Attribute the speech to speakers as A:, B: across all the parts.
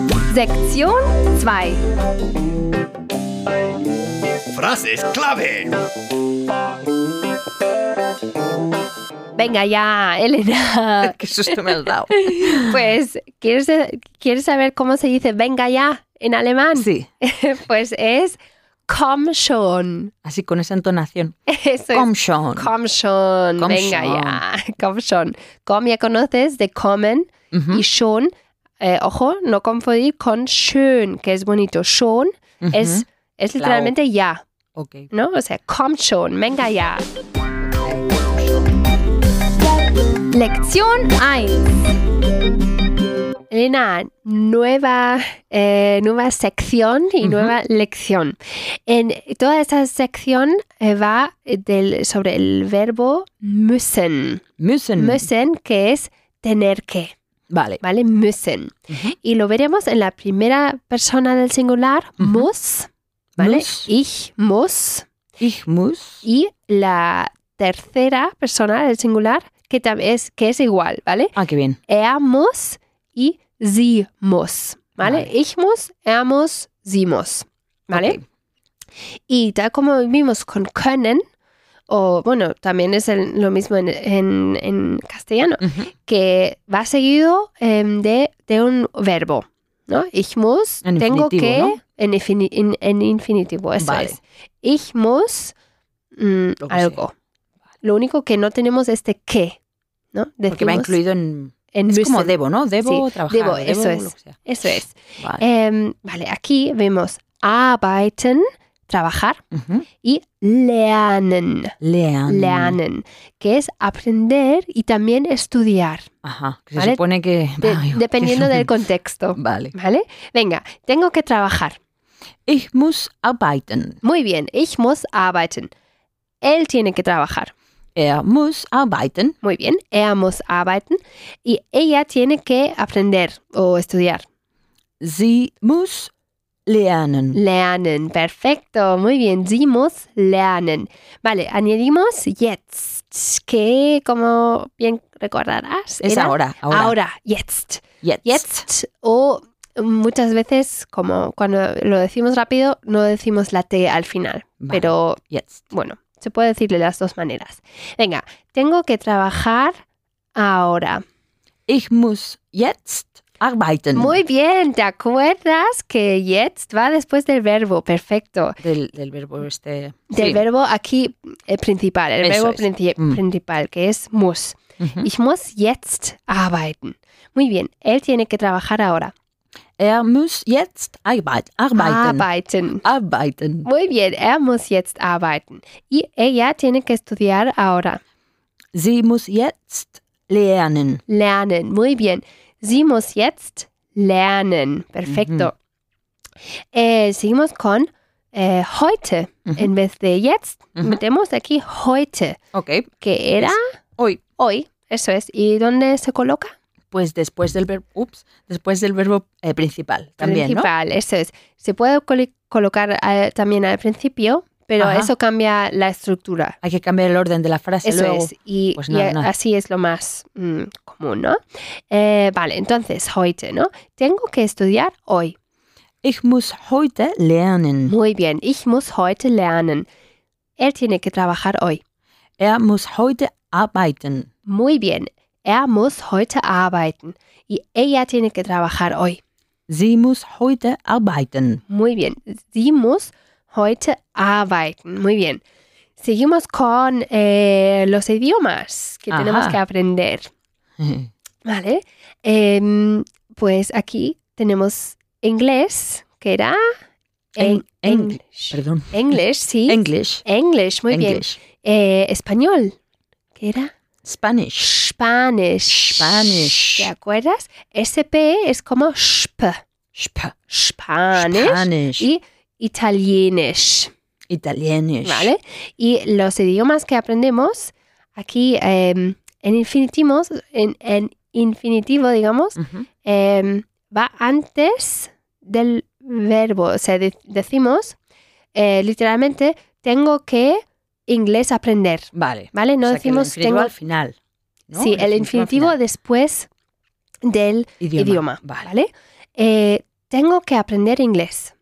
A: Sektion 2.
B: Frases clave.
A: Venga ya, Elena.
C: Qué susto me has dado.
A: Pues, ¿quieres, ¿quieres saber cómo se dice venga ya en alemán?
C: Sí,
A: Pues es komm schon.
C: así con esa entonación.
A: Eso es
C: Komm schon.
A: Komm schon,
C: Komm
A: venga
C: schon.
A: ya, komm schon. Komm ya conoces de kommen
C: Ujú,
A: y schon, eh, ojo, no confundir con schön, que es bonito. Schon
C: ujú.
A: es, es
C: Claro.
A: literalmente ya,
C: Ok.
A: ¿no? O sea, komm schon, venga ya. Lección 1. Elena, nueva, eh, nueva sección y
C: Ujú.
A: nueva lección. En toda esta sección eh, va eh, del, sobre el verbo müssen.
C: Müssen.
A: Müssen, que es tener que,
C: Vale.
A: ¿vale? Müssen.
C: Ujú.
A: Y lo veremos en la primera persona del singular,
C: Ujú.
A: muss, ¿vale?
C: Muss.
A: Ich muss.
C: Ich muss.
A: Y la tercera persona del singular, que, tam- es, que es igual, ¿vale?
C: Ah, qué bien.
A: Er muss y sie muss, ¿vale?
C: Vale.
A: Ich muss, er muss, sie muss, ¿vale?
C: Ok.
A: Y tal como vimos con können, o bueno, también es el- lo mismo en, en- en castellano,
C: Ujú.
A: que va seguido em, de, de un verbo, ¿no? Ich muss,
C: En
A: tengo
C: infinitivo,
A: que,
C: ¿no?
A: en, infini- en- en infinitivo, Pues eso
C: Vale.
A: es. Ich muss mm,
C: Lo que
A: algo. Lo único que no tenemos es de que, ¿no?
C: Porque va
A: Decimos
C: incluido en...
A: en
C: Es como
A: müssen.
C: debo, ¿no? Debo trabajar.
A: debo,
C: o debo
A: eso es.
C: lo que sea.
A: Eso es.
C: Vale.
A: Em, vale, aquí vemos arbeiten, trabajar,
C: Ujú.
A: y lernen,
C: Lernen.
A: lernen, que es aprender y también estudiar,
C: Ajá. que se
A: Vale.
C: supone que...
A: de-
C: Ay, qué-
A: dependiendo del contexto.
C: Vale.
A: ¿Vale? Venga, tengo que trabajar.
C: Ich muss arbeiten.
A: Muy bien, ich muss arbeiten. Él tiene que trabajar.
C: Er muss arbeiten.
A: Muy bien, er muss arbeiten. Y ella tiene que aprender o estudiar.
C: Sie muss lernen.
A: Lernen, perfecto, muy bien. Sie muss lernen. Vale, añadimos jetzt, que como bien recordarás,
C: Es
A: era
C: ahora. Ahora.
A: ahora. jetzt.
C: Jetzt.
A: Jetzt o muchas veces, como cuando lo decimos rápido, no decimos la T al final.
C: Vale.
A: Pero
C: Jetzt.
A: bueno, se puede decirle las dos maneras. Venga, tengo que trabajar ahora.
C: Ich muss jetzt arbeiten.
A: Muy bien, ¿te acuerdas que jetzt va después del verbo? Perfecto.
C: Del, del verbo este.
A: Del
C: Sí.
A: verbo aquí eh, principal, el
C: Eso
A: verbo
C: es.
A: princi-
C: Mm.
A: principal, que es muss.
C: Ujú.
A: Ich muss jetzt arbeiten. Muy bien, él tiene que trabajar ahora.
C: Er muss jetzt arbeit, arbeiten.
A: Arbeiten.
C: arbeiten.
A: Muy bien, er muss jetzt arbeiten. Y ella tiene que estudiar ahora.
C: Sie muss jetzt lernen.
A: Lernen. Muy bien. Sie muss jetzt lernen. Perfecto. Eh, seguimos con eh, heute.
C: Ujú.
A: En vez de jetzt,
C: Ujú.
A: metemos aquí heute,
C: Ok.
A: que era
C: Hoy,
A: hoy. Eso es. ¿Y dónde se coloca?
C: pues después del verbo. Ups, después del verbo eh, principal también,
A: principal, eso es. Se puede col- colocar eh, también al principio, pero
C: Ajá.
A: eso cambia la estructura.
C: ¿no? Hay que cambiar el orden de la frase
A: Eso
C: luego.
A: es. Y,
C: pues
A: y
C: nada, nada.
A: así es lo más mm, común, ¿no? Eh, vale, entonces, heute, ¿no? Tengo que estudiar hoy.
C: Ich muss heute lernen.
A: Muy bien, ich muss heute lernen. Él tiene que trabajar hoy.
C: Er muss heute arbeiten.
A: Muy bien, er muss heute arbeiten. Y ella tiene que trabajar hoy.
C: Sie muss heute arbeiten.
A: Muy bien. Sie muss heute arbeiten. Muy bien. Seguimos con eh, los idiomas que tenemos
C: Ajá.
A: que aprender. Vale. Em, pues aquí tenemos inglés, que era
C: En- en-
A: English.
C: Perdón.
A: English, sí.
C: English.
A: English, muy bien.
C: English.
A: Eh, español, que era
C: Spanish.
A: Spanish.
C: Spanish.
A: ¿Te acuerdas? SP es como sp.
C: Sp
A: Spanish.
C: Spanisch.
A: Y italienisch.
C: Italienisch.
A: ¿Vale? Y los idiomas que aprendemos aquí em, en infinitivos, en, en infinitivo, digamos,
C: Ujú.
A: em, va antes del verbo. O sea, de- decimos eh, literalmente, tengo que inglés aprender.
C: Vale.
A: ¿Vale? No
C: O sea, que el
A: decimos
C: infinitivo
A: tengo.
C: al final. ¿no?
A: sí, el
C: al
A: infinitivo
C: final.
A: después del idioma.
C: Vale.
A: ¿Vale? Eh, Tengo que aprender inglés.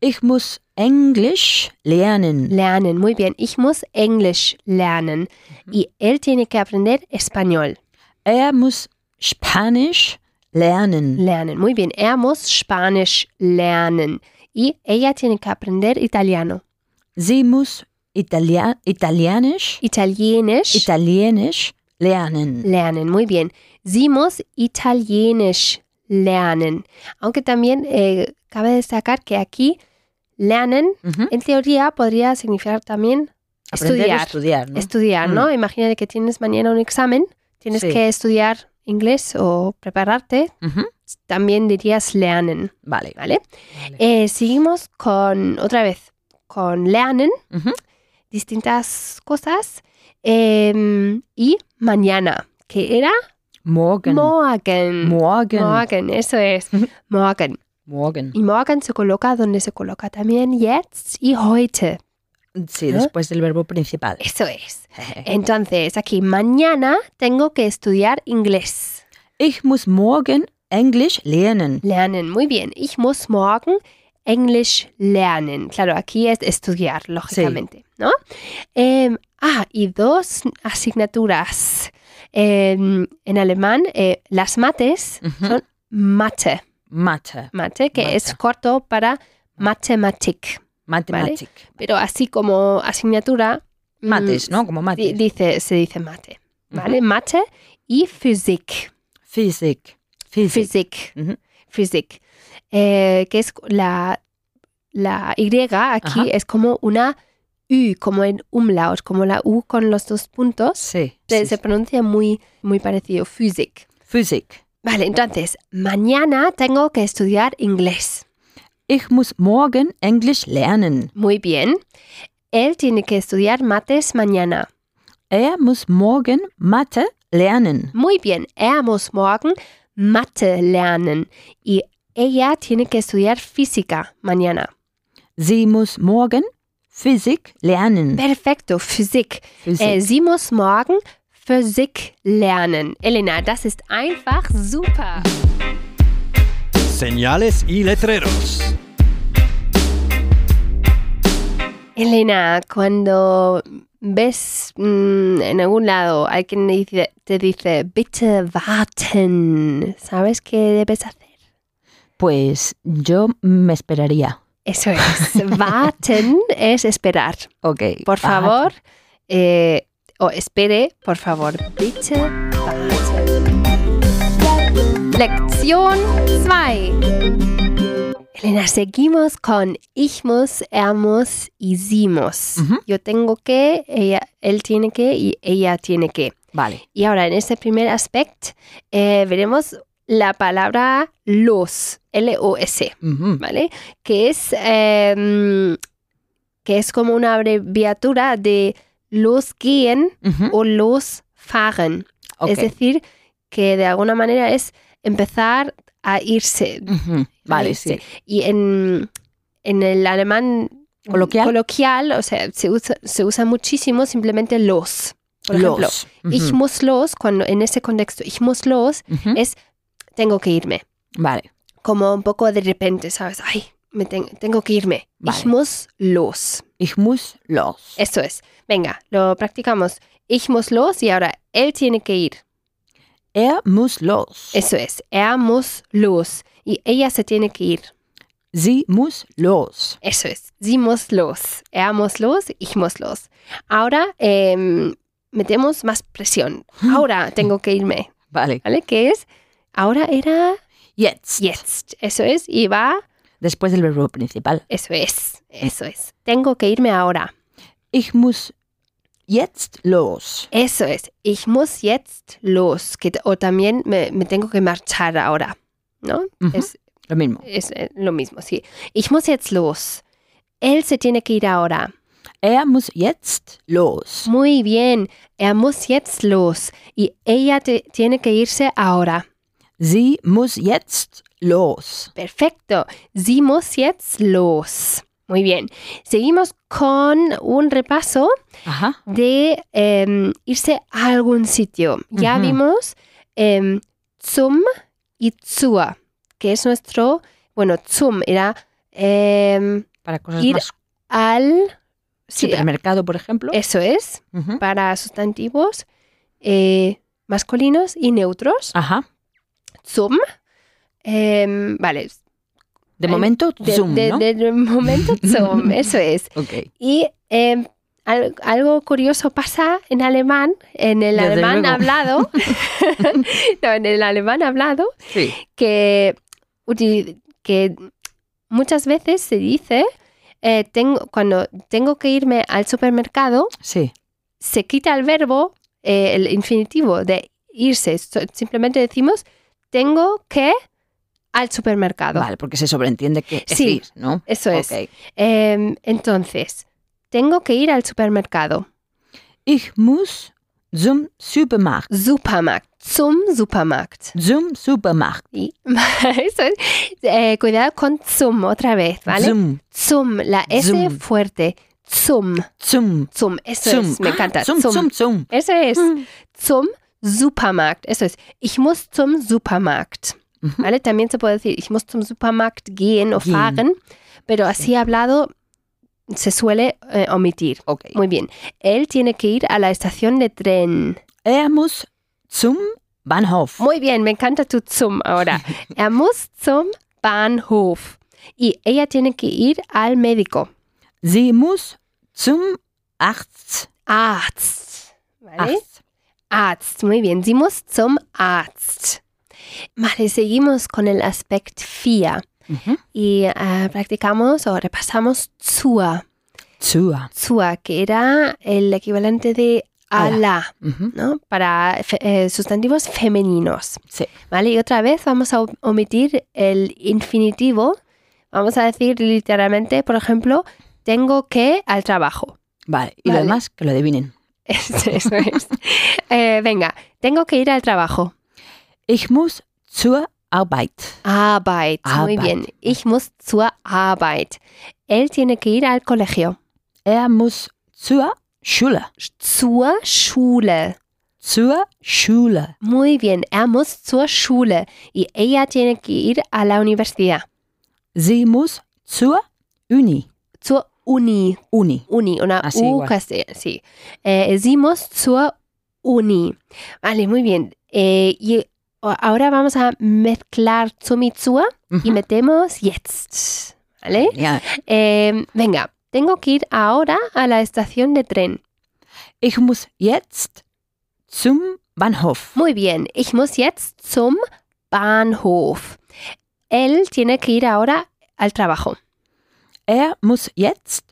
C: Ich muss Englisch lernen.
A: Lernen, muy bien. Ich muss Englisch lernen. Y él tiene que aprender español.
C: Er muss Spanisch lernen.
A: Lernen, muy bien. Er muss Spanisch lernen. Y ella tiene que aprender italiano.
C: Sie muss Italia Italienisch,
A: Italienisch
C: Italienisch lernen.
A: lernen, muy bien. Sie muss Italienisch lernen. Aunque también eh, cabe destacar que aquí lernen
C: Ujú.
A: En teoría podría significar también
C: Aprender a
A: estudiar.
C: estudiar, ¿no?
A: estudiar, ¿no? Imagínate que tienes mañana un examen, tienes
C: Sí.
A: que estudiar inglés o prepararte,
C: Ujú.
A: también dirías lernen,
C: Vale.
A: ¿vale?
C: Vale.
A: Eh, seguimos con, otra vez, con lernen,
C: Ujú.
A: distintas cosas, em, y mañana, que era
C: Morgen.
A: morgen.
C: Morgen.
A: Morgen, eso es,
C: Ujú.
A: morgen.
C: Morgen.
A: Y morgen se coloca donde se coloca también jetzt y heute,
C: Sí,
A: ¿Eh?
C: después del verbo principal.
A: eso es. Entonces, aquí mañana tengo que estudiar inglés.
C: Ich muss morgen Englisch lernen.
A: Lernen, muy bien. Ich muss morgen Englisch lernen. Claro, aquí es estudiar, lógicamente, ¿no? Em, ah, y dos asignaturas. Em, en alemán, eh, las mates
C: Ujú.
A: son Mathe,
C: Mathe.
A: Mathe, que es
C: Mathe.
A: corto para Mathematik.
C: Mathematik.
A: Pero así como asignatura... mm,
C: Mates, ¿no? Como
A: di-
C: mates.
A: Dice, se dice mate, ¿vale? Mathe y Physik.
C: Physik. Physik.
A: Physik.
C: Ujú.
A: Physik. Eh, que es la, la Y aquí
C: Ajá.
A: es como una U, como en umlaut, como la U con los dos puntos.
C: Sí.
A: Se,
C: sí,
A: se
C: sí.
A: pronuncia muy, muy parecido, Physik.
C: Physik.
A: Vale, entonces, mañana tengo que estudiar inglés.
C: Ich muss morgen Englisch lernen.
A: Muy bien. Él tiene que estudiar mates mañana.
C: Er muss morgen Mathe lernen.
A: Muy bien. Er muss morgen Mathe lernen. Y ella tiene que estudiar física mañana.
C: Sie muss morgen Physik lernen.
A: Perfecto, Physik.
C: Physik.
A: Äh, sie muss morgen Physik lernen. Elena, das ist einfach super.
B: Señales y letreros.
A: Elena, cuando ves mm, en algún lado alguien te dice, te dice, bitte warten, ¿sabes qué debes hacer?
C: Pues yo me esperaría.
A: Eso es, warten es esperar.
C: Ok.
A: Por
C: warte.
A: favor, eh, o espere, por favor, bitte warten. Lección 2. Elena, seguimos con ich muss, er muss, hicimos.
C: Ujú.
A: Yo tengo que, ella, él tiene que y ella tiene que.
C: Vale.
A: Y ahora, en este primer aspecto, eh, veremos la palabra los, L-O-S.
C: Ujú.
A: ¿vale? Que es, em, que es como una abreviatura de los gehen
C: Ujú.
A: o los fahren.
C: Mhm. Ok.
A: Es decir, que de alguna manera es empezar a irse.
C: Ujú. Mhm. Vale, sí.
A: irse. Y en, en el alemán
C: Coloquial.
A: coloquial, o sea, se usa, se usa muchísimo simplemente los. Por ejemplo,
C: los. Mhm.
A: ich
C: Ujú.
A: muss los, cuando en ese contexto, ich muss los,
C: Ujú.
A: es tengo que irme
C: Mhm. Vale.
A: como un poco de repente, ¿sabes? Ay, me ten- tengo que irme.
C: Vale.
A: Ich muss los.
C: Ich muss los.
A: Eso es. Venga, lo practicamos. Ich muss los y ahora él tiene que ir.
C: Er muss los.
A: Eso es. Er muss los. Y ella se tiene que ir.
C: Sie muss los.
A: Eso es. Sie muss los. Er muss los. Ich muss los. Ahora em, metemos más presión. Ahora tengo que irme.
C: Vale.
A: ¿Vale? ¿Qué es? Ahora era
C: Jetzt.
A: jetzt. Eso es. Y va.
C: Después del verbo principal.
A: Eso es. Eso es. Tengo que irme ahora.
C: Ich muss jetzt los.
A: Eso es, ich muss jetzt los, que, o también me, me tengo que marchar ahora, ¿no?
C: Ujú.
A: Es,
C: Lo mismo.
A: es, eh, lo mismo, sí. Ich muss jetzt los. Él se tiene que ir ahora.
C: Er muss jetzt los.
A: Muy bien, er muss jetzt los. Y ella te- tiene que irse ahora.
C: Sie muss jetzt los.
A: Perfecto, sie muss jetzt los. Muy bien, seguimos con un repaso
C: Ajá.
A: de em, irse a algún sitio. Ya
C: Ujú.
A: vimos em, zum y zur, que es nuestro, Bueno, zum era em,
C: Para cosas
A: Ir
C: más.
A: al... sí, Eh,
C: Supermercado, por ejemplo.
A: eso es,
C: Ujú.
A: para sustantivos eh, masculinos y neutros.
C: Ajá.
A: Zum. em, vale.
C: De
A: Ay,
C: momento,
A: eh, De,
C: Zoom,
A: de-
C: ¿no?
A: de- de momento, zum. eso es.
C: Ok.
A: Y em, al- algo curioso pasa en alemán, en el
C: Desde
A: alemán
C: luego.
A: hablado, no, en el alemán hablado,
C: Sí.
A: que, uti- que muchas veces se dice, eh, tengo, cuando tengo que irme al supermercado,
C: Sí.
A: se quita el verbo, eh, el infinitivo de irse, So- simplemente decimos, tengo que al supermercado.
C: Vale, porque se sobreentiende que es
A: Sí.
C: ir, ¿no?
A: Eso es.
C: Ok.
A: Em, entonces, tengo que ir al supermercado.
C: Ich muss zum Supermarkt.
A: Supermarkt, zum Supermarkt.
C: Zum Supermarkt.
A: Y- Eso es. Eh, cuidado con zum otra vez, ¿vale?
C: Zum.
A: Zum, la S
C: Zum.
A: fuerte. Zum,
C: Zum.
A: zum, eso
C: zum.
A: es, me
C: Ah,
A: encanta.
C: Zum, zum, zum.
A: Eso es.
C: Mm.
A: Zum Supermarkt, eso es. Ich muss zum Supermarkt.
C: Ujú.
A: ¿Vale? También se puede decir, ich muss zum Supermarkt gehen o
C: Gehen.
A: fahren, pero así hablado se suele eh, omitir.
C: Ok.
A: Muy bien. Él tiene que ir a la estación de tren.
C: Er muss zum Bahnhof.
A: Muy bien, me encanta tu zum ahora. Er muss zum Bahnhof. Y ella tiene que ir al médico.
C: Sie muss zum Arzt.
A: Arzt. ¿Vale?
C: Arzt.
A: Arzt. Muy bien, sie muss zum Arzt. Vale, seguimos con el aspect FIA
C: Mhm.
A: y ah, practicamos o repasamos zur.
C: Zur.
A: Zur, que era el equivalente de a
C: A la.
A: la,
C: Mhm.
A: ¿no? Para fe- eh, sustantivos femeninos.
C: Sí.
A: ¿Vale? Y otra vez vamos a o- omitir el infinitivo. Vamos a decir literalmente, por ejemplo, tengo que al trabajo.
C: Vale. Y
A: Vale.
C: lo demás, que lo adivinen.
A: Eso es. Eh, venga, tengo que ir al trabajo.
C: Ich muss zur Arbeit.
A: Arbeit. Muy
C: Arbeit.
A: bien. Ich muss zur Arbeit. Él tiene que ir al colegio.
C: Er muss zur Schule.
A: Zur Schule.
C: Zur Schule.
A: Muy bien. Er muss zur Schule. Y ella tiene que ir a la universidad.
C: Sie muss zur Uni.
A: Zur Uni.
C: Uni.
A: Uni, una
C: Así
A: U
C: igual.
A: casi, sí. Eh, decimos zur Uni. Vale, muy bien. Eh, y a- ahora vamos a mezclar zum y zur y
C: Mhm.
A: metemos jetzt. ¿Vale?
C: Ja.
A: Eh, venga, tengo que ir ahora a la estación de tren.
C: Ich muss jetzt zum Bahnhof.
A: Muy bien, ich muss jetzt zum Bahnhof. Él tiene que ir ahora al trabajo.
C: Er muss jetzt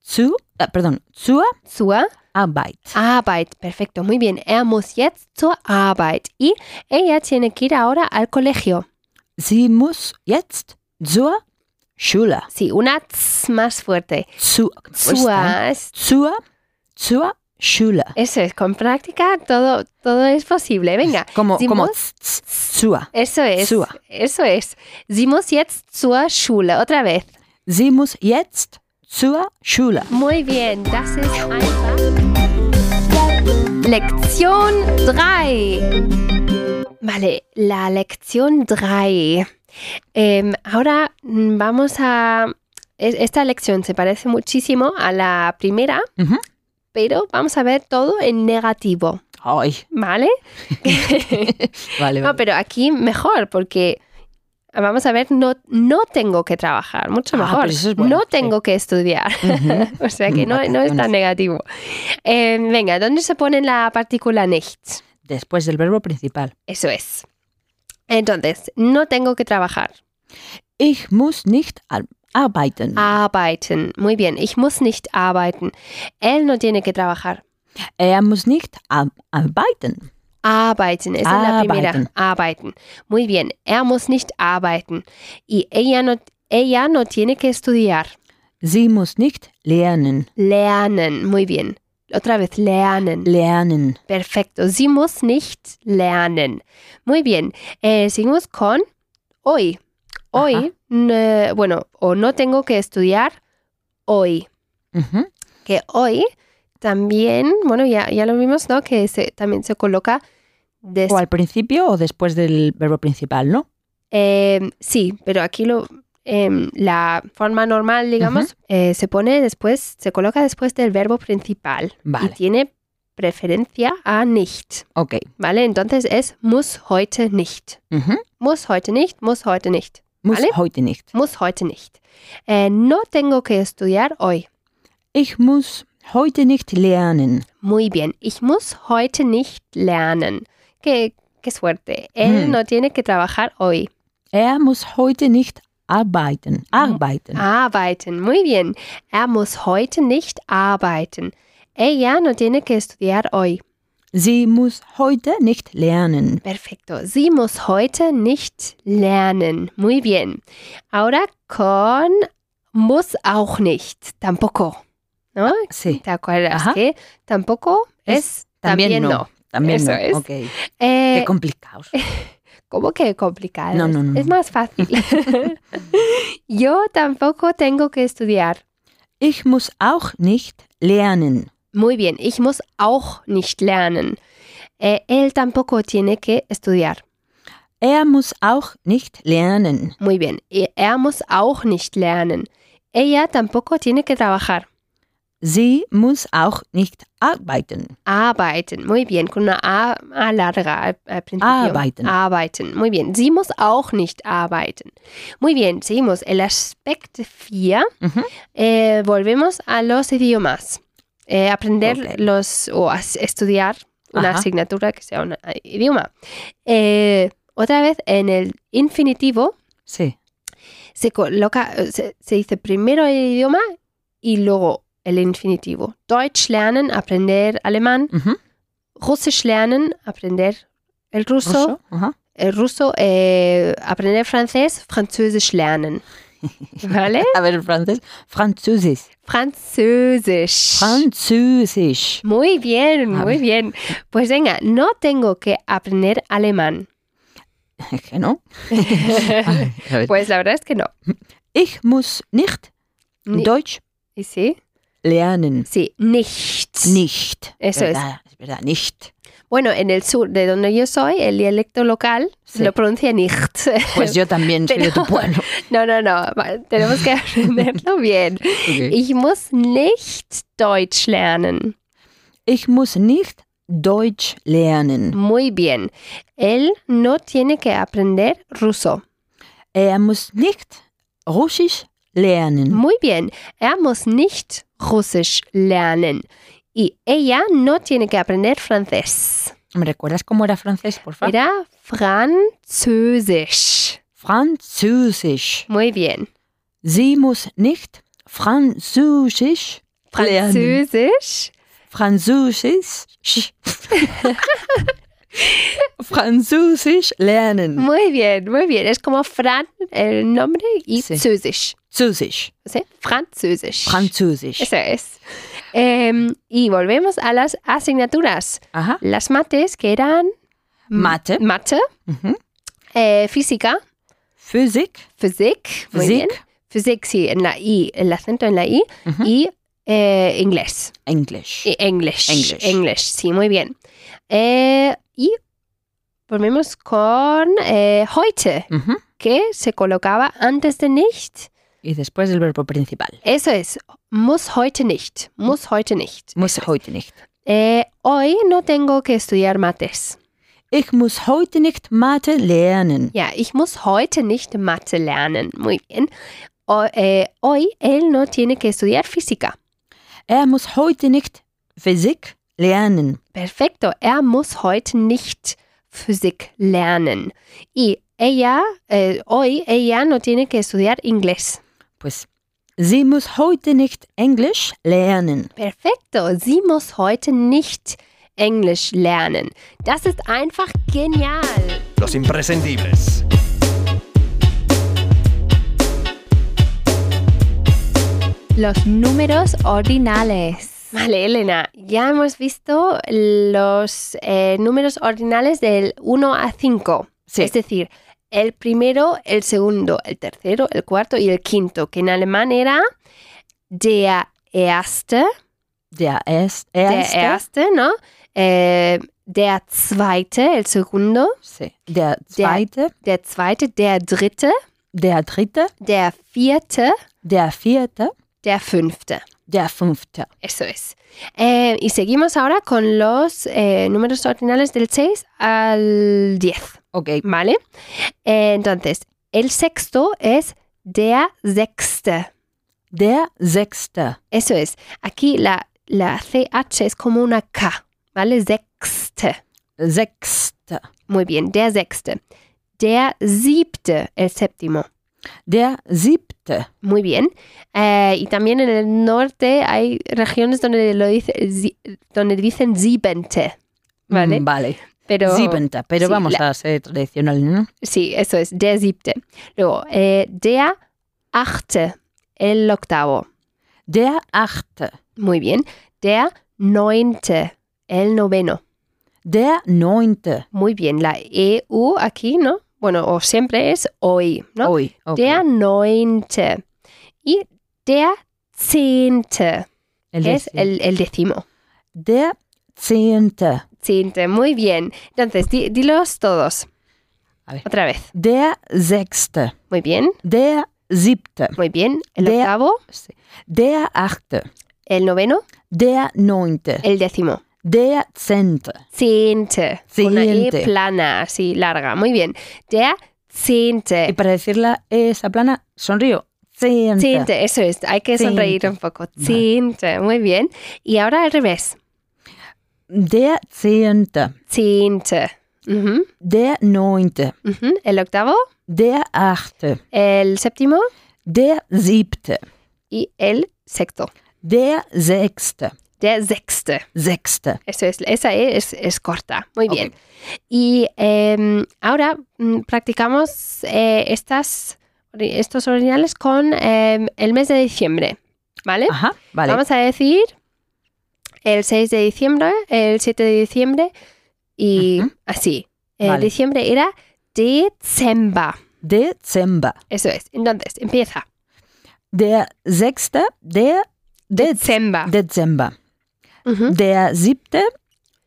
C: zu, äh, pardon, zur
A: Zur
C: Arbeit.
A: Arbeit, perfecto, muy bien. Er muss jetzt zur Arbeit y ella tiene que ir ahora al colegio.
C: Sie muss jetzt zur Schule.
A: Sí, una tz más fuerte.
C: Zu,
A: Sua.
C: zur, zur Schule.
A: Eso es, con práctica todo, todo es posible. Venga,
C: Como,
A: Sie
C: como
A: muss-
C: z- z- zur.
A: eso es.
C: Zur.
A: Eso es. Sie muss jetzt zur Schule. Otra vez.
C: Sie muss jetzt zur Schule.
A: Muy bien, das ist einfach. Lección 3. Vale, la lección 3. ahora mm, vamos a... es- Esta lección se parece muchísimo a la primera,
C: Ujú.
A: pero vamos a ver todo en negativo,
C: Oi.
A: ¿vale?
C: Vale,
A: No,
C: vale.
A: pero aquí mejor, porque vamos a ver, no, no tengo que trabajar, mucho
C: Ah,
A: mejor.
C: pero eso es bueno,
A: no
C: sí.
A: tengo que estudiar.
C: Ujú.
A: o sea que
C: Mm,
A: no, no es tan
C: vacaciones.
A: negativo. Eh, venga, ¿dónde se pone la partícula nicht?
C: Después del verbo principal.
A: Eso es. Entonces, no tengo que trabajar.
C: Ich muss nicht ar- arbeiten.
A: Ah. Arbeiten. Muy bien, ich muss nicht arbeiten. Él no tiene que trabajar.
C: Er muss nicht ar arbeiten.
A: Arbeiten, esa es la primera.
C: Arbeiten.
A: Arbeiten. Muy bien, er muss nicht arbeiten. Y ella no, ella no tiene que estudiar.
C: Sie muss nicht lernen.
A: Lernen. Muy bien. Otra vez, lernen.
C: Lernen.
A: Perfecto. Sie muss nicht lernen. Muy bien. Eh, seguimos con hoy.
C: Ajá.
A: Hoy, ne- bueno, o no tengo que estudiar hoy.
C: Mhm.
A: Que hoy también, bueno, ya, ya lo vimos, ¿no? Que se, también se coloca des-
C: O al principio o después del verbo principal, ¿no?
A: eh, sí, em, pero aquí lo em, la forma normal, digamos, eh, se pone después, se coloca después del verbo principal y
C: Vale.
A: tiene preferencia a nicht,
C: Ok.
A: ¿vale? Entonces es muss heute nicht.
C: Ujú.
A: Muss heute nicht, muss heute nicht,
C: Muss
A: Vale.
C: heute nicht.
A: muss heute nicht. Eh, no tengo que estudiar hoy.
C: Ich muss heute nicht lernen.
A: Muy bien, ich muss heute nicht lernen. Qué, qué suerte. Él
C: Mm.
A: no tiene que trabajar hoy.
C: Er muss heute nicht arbeiten. Arbeiten.
A: Ah. Arbeiten, muy bien. Er muss heute nicht arbeiten. Ella no tiene que estudiar hoy.
C: Sie muss heute nicht lernen.
A: Perfecto. Sie muss heute nicht lernen. Muy bien. Ahora con muss auch nicht. Tampoco. ¿No?
C: Sí.
A: ¿Te acuerdas
C: Ajá.
A: que tampoco es, también, no?
C: También
A: Eso
C: no.
A: es.
C: Ok.
A: Eh,
C: Qué complicado.
A: ¿Cómo que complicado?
C: No, no, no,
A: Es
C: no.
A: más fácil. Yo tampoco tengo que estudiar.
C: Ich muss auch nicht lernen.
A: Muy bien, ich muss auch nicht lernen. Eh, él tampoco tiene que estudiar.
C: Er muss auch nicht lernen.
A: Muy bien, e- er muss auch nicht lernen. Ella tampoco tiene que trabajar.
C: Sie muss auch nicht arbeiten.
A: Arbeiten, muy bien, con una A, A äh, larga al, al principio.
C: Arbeiten.
A: Arbeiten, muy bien. Sie muss auch nicht arbeiten. Muy bien, seguimos. El aspecto 4
C: Ujú.
A: Eh, volvemos a los idiomas. Eh, aprender
C: Ok.
A: los o as- estudiar una
C: Ajá.
A: asignatura que sea un eh, idioma. Eh, otra vez en el infinitivo
C: Sí.
A: se coloca, eh, se, se dice primero el idioma y luego el infinitivo. Deutsch lernen, aprender alemán.
C: Ujú.
A: Russisch lernen, aprender el ruso.
C: Ruso. Ajá.
A: El ruso, eh, aprender francés, französisch lernen. ¿Vale?
C: A ver, francés. Französisch.
A: Französisch.
C: Französisch.
A: Muy bien,
C: A
A: muy
C: ver.
A: bien. Pues venga, no tengo que aprender alemán.
C: Que no. A ver.
A: Pues la verdad es que no.
C: Ich muss nicht
A: Ni-
C: Deutsch
A: ¿Y sí?
C: lernen.
A: Sí, nicht.
C: Nicht.
A: Eso es.
C: verdad, es. verdad, nicht.
A: Bueno, en el sur de donde yo soy, el dialecto local se
C: Sí.
A: lo pronuncia nicht.
C: Pues yo también soy de tu
A: Pero-
C: pueblo.
A: No, no, no. va- Tenemos que aprenderlo bien.
C: Ok.
A: Ich muss nicht Deutsch lernen.
C: Ich muss nicht Deutsch lernen.
A: Muy bien. Él no tiene que aprender ruso.
C: Er muss nicht Russisch lernen.
A: Muy bien. Er muss nicht Russisch lernen. Y ella no tiene que aprender francés.
C: ¿Me recuerdas cómo era francés, por favor?
A: Era französisch.
C: Französisch.
A: Muy bien.
C: Sie muss nicht Französisch lernen.
A: Französisch.
C: Französisch. Französisch lernen.
A: Muy bien, muy bien. Es como Fran, el nombre, y
C: Sí.
A: Zösisch.
C: Französisch.
A: ¿Sí? Französisch.
C: Französisch.
A: Eso es. Em, y volvemos a las asignaturas.
C: Ajá.
A: Las mates, que eran...
C: Mate.
A: Mate.
C: Ujú.
A: eh, física.
C: Physik.
A: Physik. Muy bien.
C: Physik.
A: Physics, sí, en la I, el acento en la I,
C: Ujú.
A: y eh, inglés.
C: Englisch.
A: Y English.
C: English.
A: English, sí, muy bien. Eh, y volvemos con eh, heute,
C: Ujú.
A: que se colocaba antes de nicht.
C: Mhm. Y después el verbo principal.
A: Eso es, muss heute nicht, muss heute nicht.
C: Muss heute nicht.
A: Eh, hoy no tengo que estudiar mates.
C: Ich muss heute nicht Mathe lernen.
A: Ja, ich muss heute nicht Mathe lernen. Muy bien. O- eh, hoy él no tiene que estudiar física.
C: Er muss heute nicht Physik lernen.
A: Perfecto. Er muss heute nicht Physik lernen. Y ella, eh, hoy, ella no tiene que estudiar inglés.
C: Pues, sie muss heute nicht Englisch lernen.
A: Perfecto. Sie muss heute nicht Englisch lernen. Das ist einfach genial.
B: Los imprescindibles.
A: Los números ordinales. Vale, Elena, ya hemos visto los eh, números ordinales del 1 a 5.
C: Sí.
A: Es decir, el primero, el segundo, el tercero, el cuarto y el quinto, que en alemán era der erste,
C: Der erst,
A: der
C: erste,
A: erste, ¿no? Eh, der zweite, el segundo,
C: sí. der zweite,
A: der zweite, der dritte,
C: der dritte,
A: der vierte,
C: der vierte,
A: der fünfte.
C: der fünfte.
A: Eso es. Eh, y seguimos ahora con los eh, números ordinales del 6 al 10,
C: Ok,
A: ¿vale? Eh, entonces, el sexto es der sechste.
C: der sechste,
A: Eso es. Aquí la, la CH es como una K, ¿vale? Sexte.
C: sechste,
A: Muy bien, der sechste. Der siebte, el séptimo.
C: der siebte,
A: Muy bien. Eh, y también en el norte hay regiones donde lo dice, si- donde dicen siebente. ¿Vale?
C: Mm, vale.
A: Pero
C: siebente, pero
A: sí,
C: vamos a ser tradicional, ¿no?
A: sí, eso es, der siebte. Luego, eh, der achte, el octavo.
C: Der achte,
A: Muy bien. Der neunte, el noveno.
C: der neunte,
A: Muy bien. La EU aquí, ¿no? Bueno, o siempre es hoy, ¿no?
C: hoy. ok.
A: Der neunte. Y der zehnte,
C: El
A: que es
C: décimo.
A: el, el décimo.
C: Der zehnte,
A: Siguiente, muy bien. Entonces, di- dilos todos.
C: A ver.
A: Otra vez.
C: der sechste,
A: Muy bien,
C: der siebte,
A: muy bien. El
C: De-
A: octavo,
C: der achte,
A: el noveno,
C: der neunte,
A: el décimo.
C: der zehnte,
A: Zehnte. Con Una E
C: Siguiente.
A: plana, así larga. Muy bien. Der
C: Y
A: zehnte.
C: para decirla E, esa plana, sonrío. Zehnte.
A: Zehnte, eso es. Hay que sonreír
C: Zehnte.
A: un poco. Zehnte, muy bien. Y ahora al revés.
C: Der zehnte,
A: Zehnte. Ujú,
C: der neunte,
A: ujú. El octavo,
C: der achte,
A: el séptimo
C: der siebte,
A: y el sexto.
C: der sechste,
A: Der sechste.
C: sechste,
A: Eso es, esa E es, es corta. Muy
C: Ok.
A: bien. Y eh, ahora mm, practicamos eh, estas, estos originales con eh, el mes de diciembre. ¿Vale?
C: Ajá, Ah, vale.
A: Eh. Vamos a decir el 6 de diciembre, el 7 de diciembre y
C: Ujú.
A: así. El
C: Vale.
A: diciembre era Dezember.
C: Dezember,
A: Eso es. Entonces, empieza.
C: der sechste, der Dez
A: Dezember. Hm?
C: Dezember,
A: Ujú,
C: der siebte,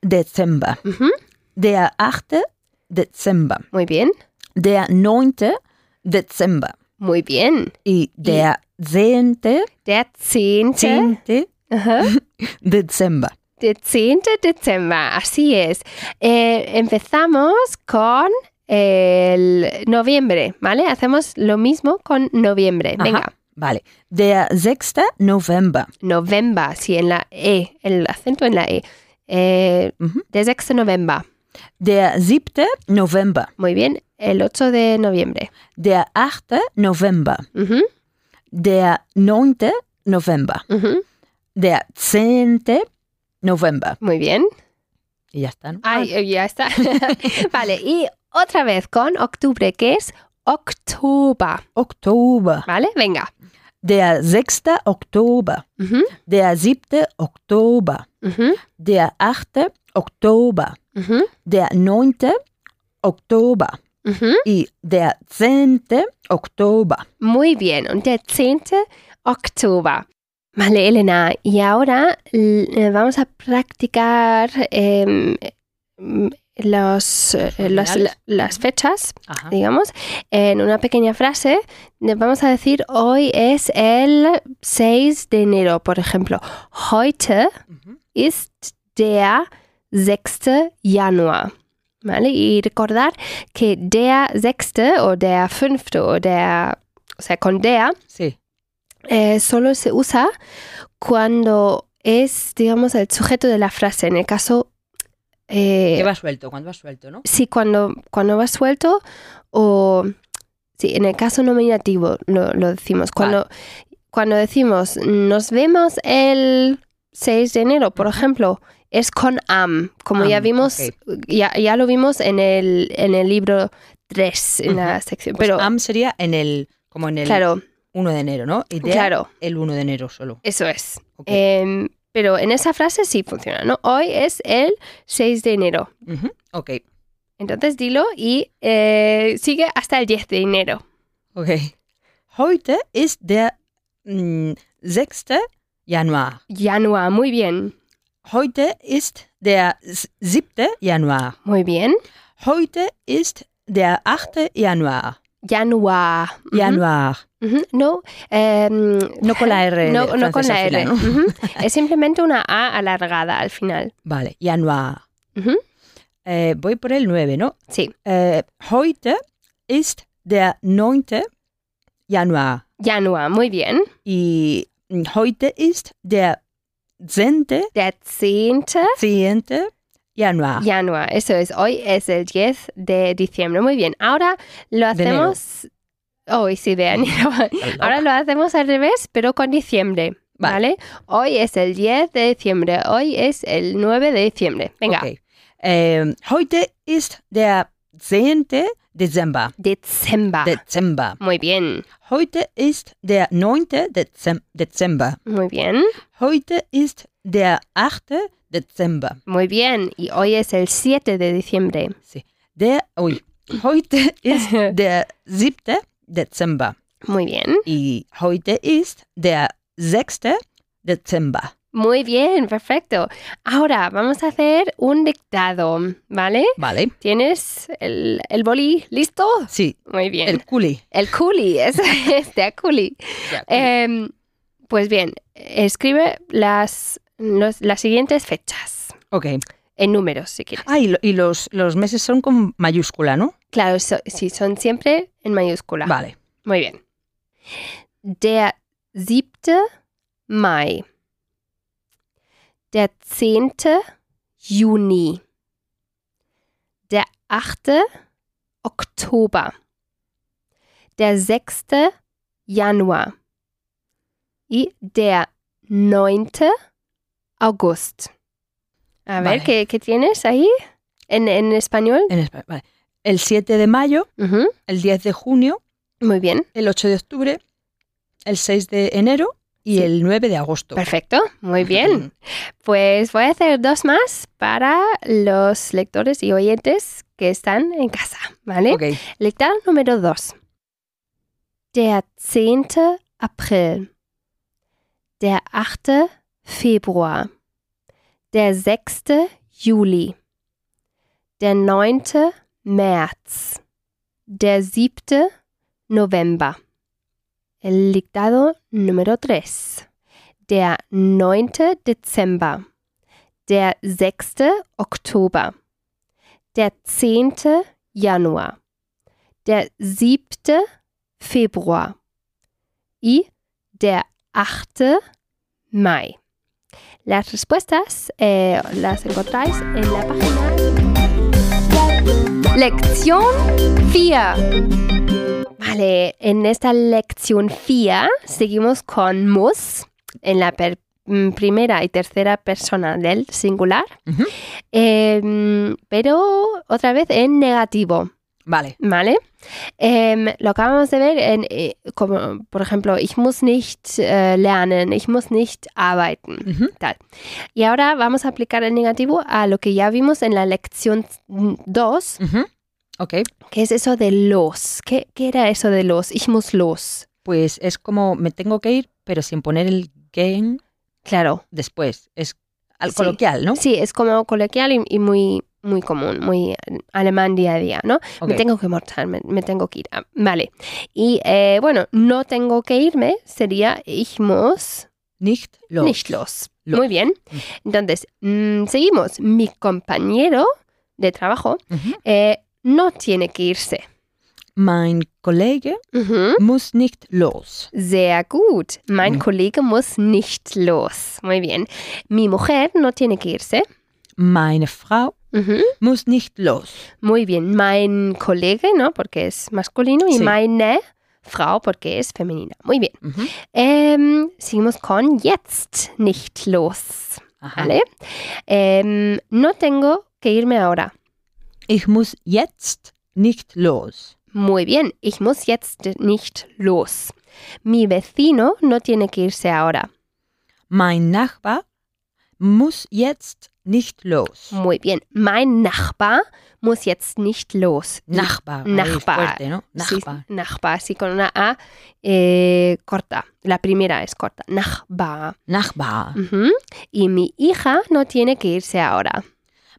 C: Dezember,
A: ujú.
C: der achte, Dezember,
A: Muy bien,
C: der neunte, Dezember
A: muy bien.
C: y der zehnte,
A: Der 10.
C: zehnte
A: Ajá.
C: Dezember.
A: de 10 de diciembre, así es. Eh, empezamos con el noviembre, ¿vale? Hacemos lo mismo con noviembre.
C: Ajá.
A: Venga,
C: Vale. Der 6. November.
A: noviembre, sí, en la E, el acento en la E. Eh,
C: Ujú.
A: De 6 de noviembre,
C: Der 7. November.
A: muy bien. El 8 de noviembre.
C: Der 8. November.
A: Ujú,
C: Der 9. November.
A: ujú,
C: Der 10. November.
A: Muy bien.
C: Y ya está, ¿no? Ah,
A: Ay, eh, ya está. vale, y otra vez con octubre, que es octubre,
C: Oktober.
A: ¿vale? Venga.
C: Der 6. Oktober.
A: Ujú,
C: Der 7. Oktober.
A: ujú,
C: Der 8. Oktober.
A: ujú,
C: Der 9. Oktober.
A: ujú.
C: Y der 10. Oktober.
A: Muy bien, und der 10. Oktober. Vale, Elena, y ahora l- eh, vamos a practicar em, mm, los, eh, los-
C: generales.
A: la- las fechas,
C: Ajá.
A: digamos, en una pequeña frase. Le Vamos a decir, hoy es el 6 de enero, por ejemplo. Heute
C: Mhm.
A: ist der 6. Januar. ¿Vale? Y recordar que der 6. o der 5. o der, o sea, con der
C: Sí.
A: eh, solo se usa cuando es, digamos, el sujeto de la frase. En el caso, eh,
C: Que va suelto, cuando va suelto, ¿no?
A: sí, cuando, cuando va suelto o, sí, en el caso nominativo lo, lo decimos. Cuando, cuando decimos, nos vemos el 6 de enero, por ejemplo, es con am, como ya
C: Am,
A: vimos, ya, ya lo vimos en el, en el libro 3, en la sección.
C: Pues
A: Pero,
C: am sería en el, como en el
A: claro,
C: 1 de enero, ¿no? Y de
A: claro,
C: el 1 de enero solo.
A: eso es.
C: Ok.
A: Em, pero en esa frase sí funciona, ¿no? Hoy es el 6 de enero.
C: Ujú, ok,
A: Entonces dilo y eh, sigue hasta el 10 de enero.
C: ok. Heute ist der mm, 6. Januar.
A: Januar, muy bien.
C: Heute ist der s- 7. Januar.
A: Muy bien.
C: Heute ist der 8. Januar.
A: Januar. Ujú,
C: Januar.
A: ujú, No, em,
C: No con la R.
A: no, no con la
C: francesa
A: R.
C: final, ¿no?
A: ujú. Es simplemente una A alargada al final.
C: Vale, Januar.
A: Ujú,
C: Äh, voy por el 9, ¿no?
A: Sí,
C: Äh, heute ist der 9. Januar.
A: Januar, muy bien.
C: Y mm, heute ist der 10.
A: Der 10.
C: 10. Januar.
A: Januar, eso es. Hoy es el 10 de diciembre. Muy bien. Ahora lo
C: De enero.
A: hacemos. Hoy sí, de enero. Ahora lo hacemos al revés, pero con diciembre. Vale.
C: Vale.
A: Hoy es el 10 de diciembre. Hoy es el 9 de diciembre. Venga.
C: Okay. Ähm, heute ist der 10. Dezember.
A: Dezember.
C: Dezember.
A: muy bien.
C: Heute ist der 9. Dezem Dezember.
A: Muy bien.
C: Heute ist der 8. Dezember.
A: Muy bien. Y hoy es el 7 de diciembre.
C: Der, ui, heute ist der 7. Dezember.
A: Muy bien.
C: Y heute ist der 6. Dezember.
A: Muy bien. Perfecto. Ahora vamos a hacer un dictado. ¿Vale?
C: Vale.
A: ¿Tienes el, el boli listo?
C: Sí,
A: Muy bien.
C: el culi. Eh,
A: El culi, eso es, de culi.
C: Der Kuli.
A: Em, pues bien, escribe las, los- las siguientes fechas,
C: ok.
A: en números si quieres.
C: Ah, y, lo- y los, los meses son con mayúscula, ¿no?
A: Claro, so- sí, son siempre en mayúscula.
C: Vale.
A: Muy bien. Der 7. Mai. Der 10. Juni. Der 8. Oktober. Der 6. Januar. Y der 9. August. A ver,
C: Vale.
A: ¿qué, qué tienes ahí? ¿En, en español?
C: En espa- vale. El 7 de mayo,
A: Ujú,
C: el 10 de junio,
A: Muy bien.
C: el 8 de octubre, el 6 de enero y
A: Sí.
C: el 9 de agosto. Mm,
A: Perfecto. Muy bien. Pues voy a hacer dos más para los lectores y oyentes que están en casa, ¿vale?
C: Ok.
A: Lector número dos. Der 10. April. Der 8. Februar. Der 6. Juli. Der 9. März. Der 7. November. El dictado número 3. Der 9. Dezember. Der 6. Oktober. Der 10. Januar der 7. Februar y der 8. Mai. Las respuestas eh, las encontráis en la página. Lección 4. Vale, en esta lección 4 seguimos con mus en la per- mm, primera y tercera persona del singular,
C: Ujú.
A: Em, pero otra vez en negativo.
C: Vale.
A: ¿Vale? Em, lo acabamos de ver en, eh, como, por ejemplo, ich muss nicht eh, lernen, ich muss nicht arbeiten.
C: Ujú.
A: Y ahora vamos a aplicar el negativo a lo que ya vimos en la lección 2,
C: Ujú. Ok.
A: que es eso de los. ¿Qué, qué era eso de los? Ich muss los.
C: Pues es como me tengo que ir, pero sin poner el game
A: Claro.
C: después. Es al
A: Sí.
C: coloquial, ¿no?
A: Sí, es como coloquial y, y muy, muy común, muy alemán día a día, ¿no?
C: Ok.
A: Me tengo que marchar, me, me tengo que ir. Ah, vale. Y eh, bueno, no tengo que irme sería ich muss
C: Nicht los.
A: Nicht los.
C: Los.
A: Muy bien.
C: Mm.
A: Entonces, mm, seguimos. Mi compañero de trabajo
C: Ujú.
A: eh, no tiene que irse.
C: Mein Kollege
A: Ujú.
C: muss nicht los.
A: Sehr gut. Mein
C: Mm.
A: Kollege muss nicht los. Muy bien. Mi mujer no tiene que irse.
C: Meine Frau
A: Ujú.
C: muss nicht los.
A: Muy bien. Mein Kollege, ¿no? Porque es masculino. Y
C: Sí.
A: meine Frau, porque es femenina. Muy bien.
C: Ujú.
A: Ähm, seguimos con jetzt nicht los.
C: Ajá.
A: ¿Vale? Ähm, no tengo que irme ahora.
C: Ich muss jetzt nicht los.
A: Muy bien, ich muss jetzt nicht los. Mi vecino no tiene que irse ahora.
C: Mein Nachbar muss jetzt nicht los.
A: Muy bien, mein Nachbar muss jetzt nicht los.
C: Nachbar. ahí
A: Nachbar.
C: Fuerte, ¿no?
A: Sí,
C: Nachbar.
A: Nachbar, sí, con una A eh, corta. La primera es corta. Nachbar.
C: Nachbar.
A: Ujú. Y mi hija no tiene que irse ahora.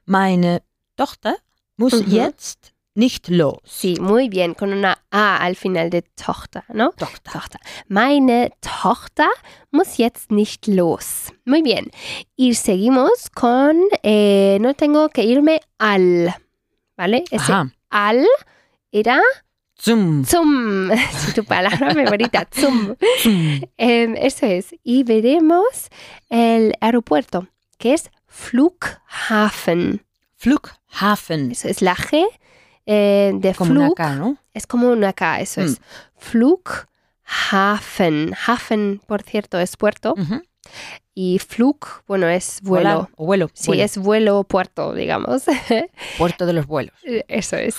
C: Meine Tochter muss
A: Mhm.
C: jetzt Nicht los.
A: Sí, muy bien, con una A al final de Tochter, ¿no?
C: Tochter.
A: Tochter. Meine Tochter muss jetzt nicht los. Muy bien. Y seguimos con eh, no tengo que irme al, ¿vale? Ese
C: Ajá.
A: al era
C: Zum.
A: zum, si tu palabra favorita, zum.
C: zum.
A: Em, eso es. Y veremos el aeropuerto, que es Flughafen.
C: Flughafen.
A: Eso es la G eh, de
C: Como
A: Flug.
C: una K, ¿no?
A: Es como una K, eso
C: Mm.
A: es. Flughafen. Hafen, por cierto, es puerto.
C: Ujú.
A: Y Flug, bueno, es vuelo.
C: Volar o vuelo.
A: Sí,
C: vuelo.
A: es vuelo o puerto, digamos.
C: Puerto de los vuelos.
A: Eso es.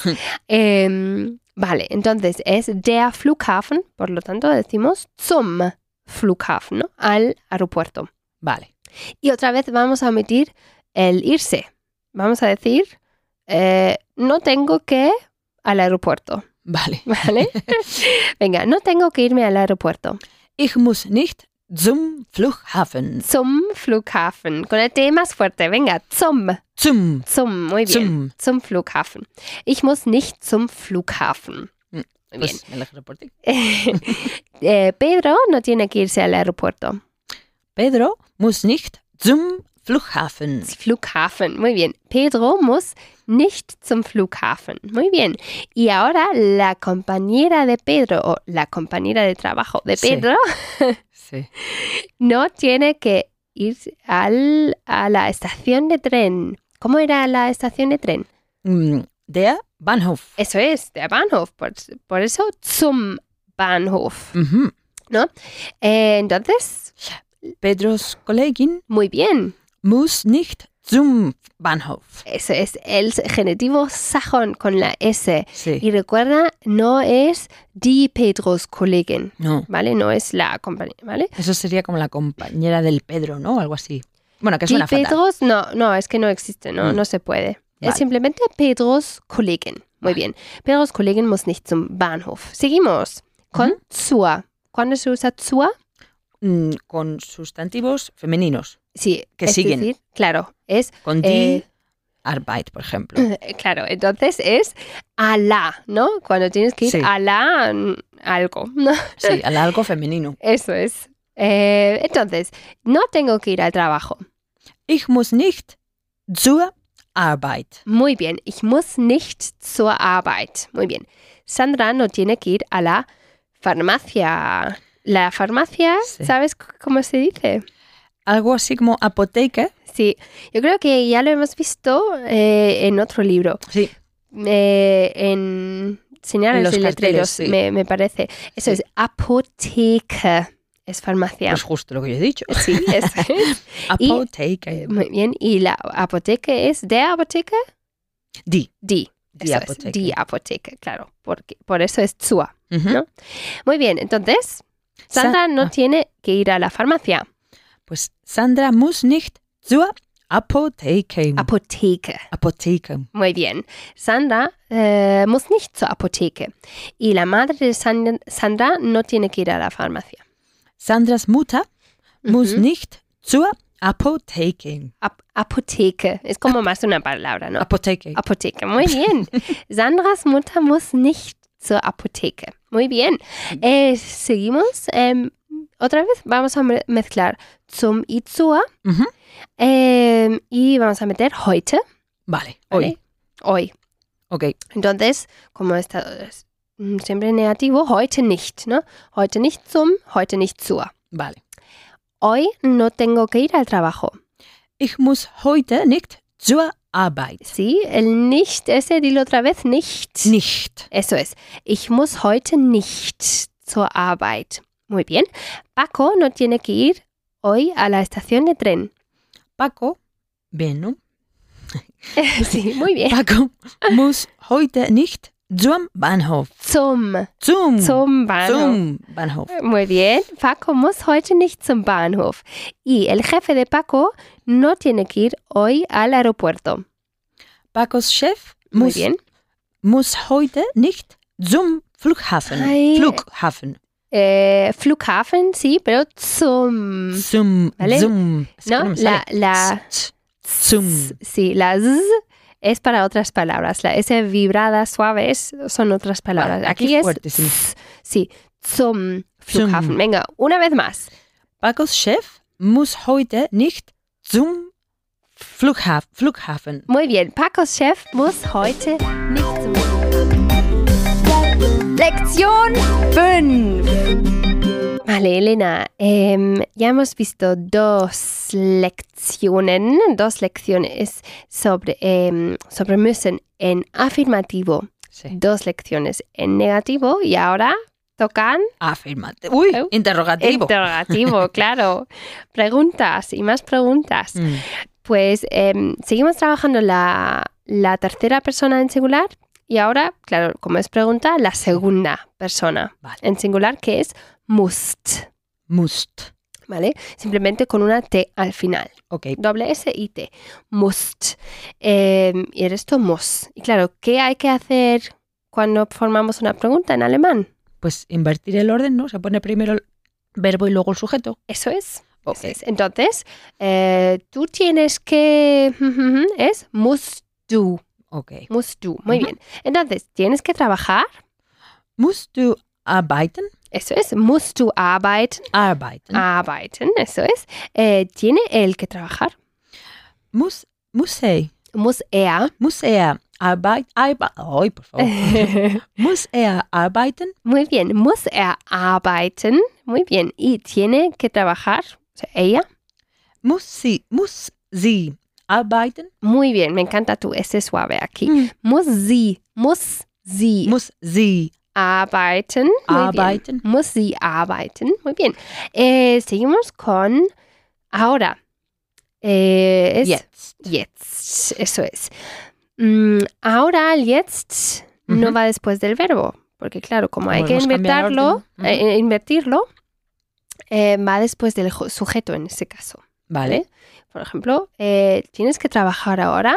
A: Em, vale, entonces es der Flughafen, por lo tanto decimos zum Flughafen, ¿no? al aeropuerto.
C: Vale.
A: Y otra vez vamos a omitir el irse. Vamos a decir, eh, no tengo que al aeropuerto,
C: Vale.
A: ¿vale? Venga, no tengo que irme al aeropuerto.
C: Ich muss nicht zum Flughafen.
A: Zum Flughafen, con el T más fuerte, venga, zum,
C: Zum.
A: zum, muy bien.
C: Zum.
A: Zum Flughafen. Ich muss nicht zum Flughafen.
C: Mm,
A: Muy bien.
C: Pues me alegro por ti.
A: Eh, Pedro no tiene que irse al aeropuerto.
C: Pedro muss nicht zum Flughafen.
A: Flughafen. Muy bien. Pedro muss nicht zum Flughafen. Muy bien. Y ahora la compañera de Pedro o la compañera de trabajo de
C: Sí.
A: Pedro
C: Sí.
A: no tiene que ir al, a la estación de tren. ¿Cómo era la estación de tren?
C: Mm, Der Bahnhof.
A: Eso es, der Bahnhof. Por, por eso zum Bahnhof.
C: Mhm.
A: Eh, entonces,
C: Pedros Kollegin
A: muy bien.
C: muss nicht zum Bahnhof.
A: Eso es el genitivo sajón con la S.
C: Sí.
A: Y recuerda, no es die Pedros Kollegin,
C: No.
A: ¿vale? No es la compañía, ¿vale?
C: Eso sería como la compañera del Pedro, ¿no? Algo así. Bueno, que
A: Die
C: suena fatal.
A: Pedros, no, no, es que no existe, no,
C: Mm.
A: no se puede. Es
C: Vale.
A: simplemente Pedros Kollegin. Muy bien. Pedros Kollegin muss nicht zum Bahnhof. Seguimos con
C: Ujú.
A: zur. ¿Cuándo se usa zur?
C: Mm, Con sustantivos femeninos.
A: Sí,
C: Que
A: es
C: siguen.
A: decir, claro, es, Eh.
C: Con die Arbeit, por ejemplo.
A: claro, entonces es a la, ¿no? Cuando tienes que ir
C: Sí.
A: a la mm, algo, ¿no?
C: Sí, al algo femenino.
A: Eso es. Eh, entonces, no tengo que ir al trabajo.
C: Ich muss nicht zur Arbeit.
A: Muy bien, ich muss nicht zur Arbeit. Muy bien. Sandra no tiene que ir a la farmacia. La farmacia,
C: Sí.
A: ¿sabes c- cómo se dice?
C: Algo así como apoteca.
A: Sí, yo creo que ya lo hemos visto eh, en otro libro,
C: Sí.
A: eh, en señales
C: En los
A: y letreros,
C: carteles, sí.
A: me, me parece. Eso
C: Sí.
A: es apoteca, es farmacia.
C: Pues justo lo que yo he dicho.
A: Sí, eso es. Y-
C: Apoteca.
A: Muy bien, y la apoteca es de apoteca,
C: Die.
A: di.
C: Die
A: Eso es,
C: Apotheke.
A: die Apotheke, claro, porque por eso es zur.
C: Ujú.
A: ¿no? Muy bien, entonces
C: Sa-
A: Sandra no
C: ah.
A: tiene que ir a la farmacia.
C: Pues Sandra muss nicht zur Apotheke.
A: Apotheke.
C: Apotheke.
A: Muy bien. Sandra eh, muss nicht zur Apotheke. Y la madre de San- Sandra no tiene que ir a la farmacia.
C: Sandras Mutter muss
A: Ujú.
C: nicht zur Apotheke.
A: Ap- Apotheke. Es como más una palabra, ¿no?
C: Apotheke.
A: Apotheke. Muy bien. Sandras Mutter muss nicht zur Apotheke. Muy bien. Eh, seguimos. em, otra vez vamos a me- mezclar zum y zur.
C: Ujú.
A: Em, y vamos a meter heute.
C: Vale,
A: ¿vale?
C: hoy.
A: Hoy.
C: Ok.
A: Entonces, como está es, mm, siempre negativo, heute nicht, ¿no? Heute nicht zum, heute nicht zur.
C: Vale.
A: Hoy no tengo que ir al trabajo.
C: Ich muss heute nicht zur Arbeit.
A: Sí, el nicht, ese dilo otra vez, nicht.
C: Nicht.
A: Eso es. Ich muss heute nicht zur Arbeit. Muy bien. Paco no tiene que ir hoy a la estación de tren.
C: Paco, bien, ¿no?
A: sí, muy bien.
C: Paco muss heute nicht zum Bahnhof.
A: Zum,
C: Zum,
A: zum Bahnhof.
C: zum Bahnhof.
A: Muy bien, Paco muss heute nicht zum Bahnhof. Y el jefe de Paco no tiene que ir hoy al aeropuerto.
C: Pacos Chef
A: Muy
C: muss,
A: bien.
C: muss heute nicht zum Flughafen.
A: Ei.
C: Flughafen.
A: Eh, Flughafen, sí, pero zum.
C: Zum,
A: Mm. Vale.
C: zum. Es que
A: ¿No?
C: me
A: La,
C: sale.
A: la.
C: Z- Zum.
A: Sí, la z es para otras palabras. La S vibrada suave es- son otras palabras.
C: Vale, aquí
A: Aquí es
C: fuertísimo.
A: s- sí, zum Flughafen. Venga, una vez más.
C: Pacos Chef muss heute nicht zum Flughaf Flughafen.
A: Muy bien, Pacos Chef muss heute nicht zum Lección 5. Vale, Elena, em, ya hemos visto dos lecciones, dos lecciones sobre, em, sobre müssen en afirmativo,
C: Sí.
A: dos lecciones en negativo y ahora tocan
C: Afirmate. Uy,
A: Eu.
C: interrogativo.
A: interrogativo, claro. Preguntas y más preguntas.
C: Mm.
A: Pues em, seguimos trabajando la, la tercera persona en singular y ahora, claro, como es pregunta, la segunda persona
C: Vale.
A: en singular que es must,
C: Must.
A: ¿vale? Simplemente con una T al final,
C: Ok.
A: doble S y T, must. Em, y el resto muss. Y claro, ¿qué hay que hacer cuando formamos una pregunta en alemán?
C: Pues invertir el orden, ¿no? Se pone primero el verbo y luego el sujeto.
A: Eso es.
C: Ok.
A: eso es. Entonces, eh, tú tienes que... Es must do.
C: Ok.
A: Musst du. Muy
C: Ujú.
A: bien. Entonces, tienes que trabajar.
C: Musst du arbeiten?
A: Eso es. Musst du arbeiten.
C: Arbeiten.
A: Ah. Arbeiten. Eso es. Eh, tiene él que trabajar.
C: Muss, muss er,
A: Muss er.
C: muss er arbeiten? Ay, por
A: Eh.
C: favor. muss er arbeiten?
A: Muy bien. Muss er arbeiten. Muy bien. Y tiene que trabajar. O sea, ella.
C: Muss sie, muss sie arbeiten? Mm,
A: Muy bien. Me encanta tu S suave aquí. Muss sie. Muss sie
C: Muss sie
A: arbeiten. Muy bien.
C: arbeiten?
A: Muss sie arbeiten. Muy bien. Eh, seguimos con ahora. Eh, es
C: Jetzt.
A: jetzt. Eso es. Mm, ahora el jetzt no
C: Ujú.
A: va después del verbo. Porque claro, como,
C: Como
A: hay que
C: hemos cambiado el
A: invertirlo,
C: orden, ¿no?
A: eh, eh, invertirlo eh, va después del jo- sujeto en ese caso.
C: Vale.
A: eh. Por ejemplo, eh, tienes que trabajar ahora.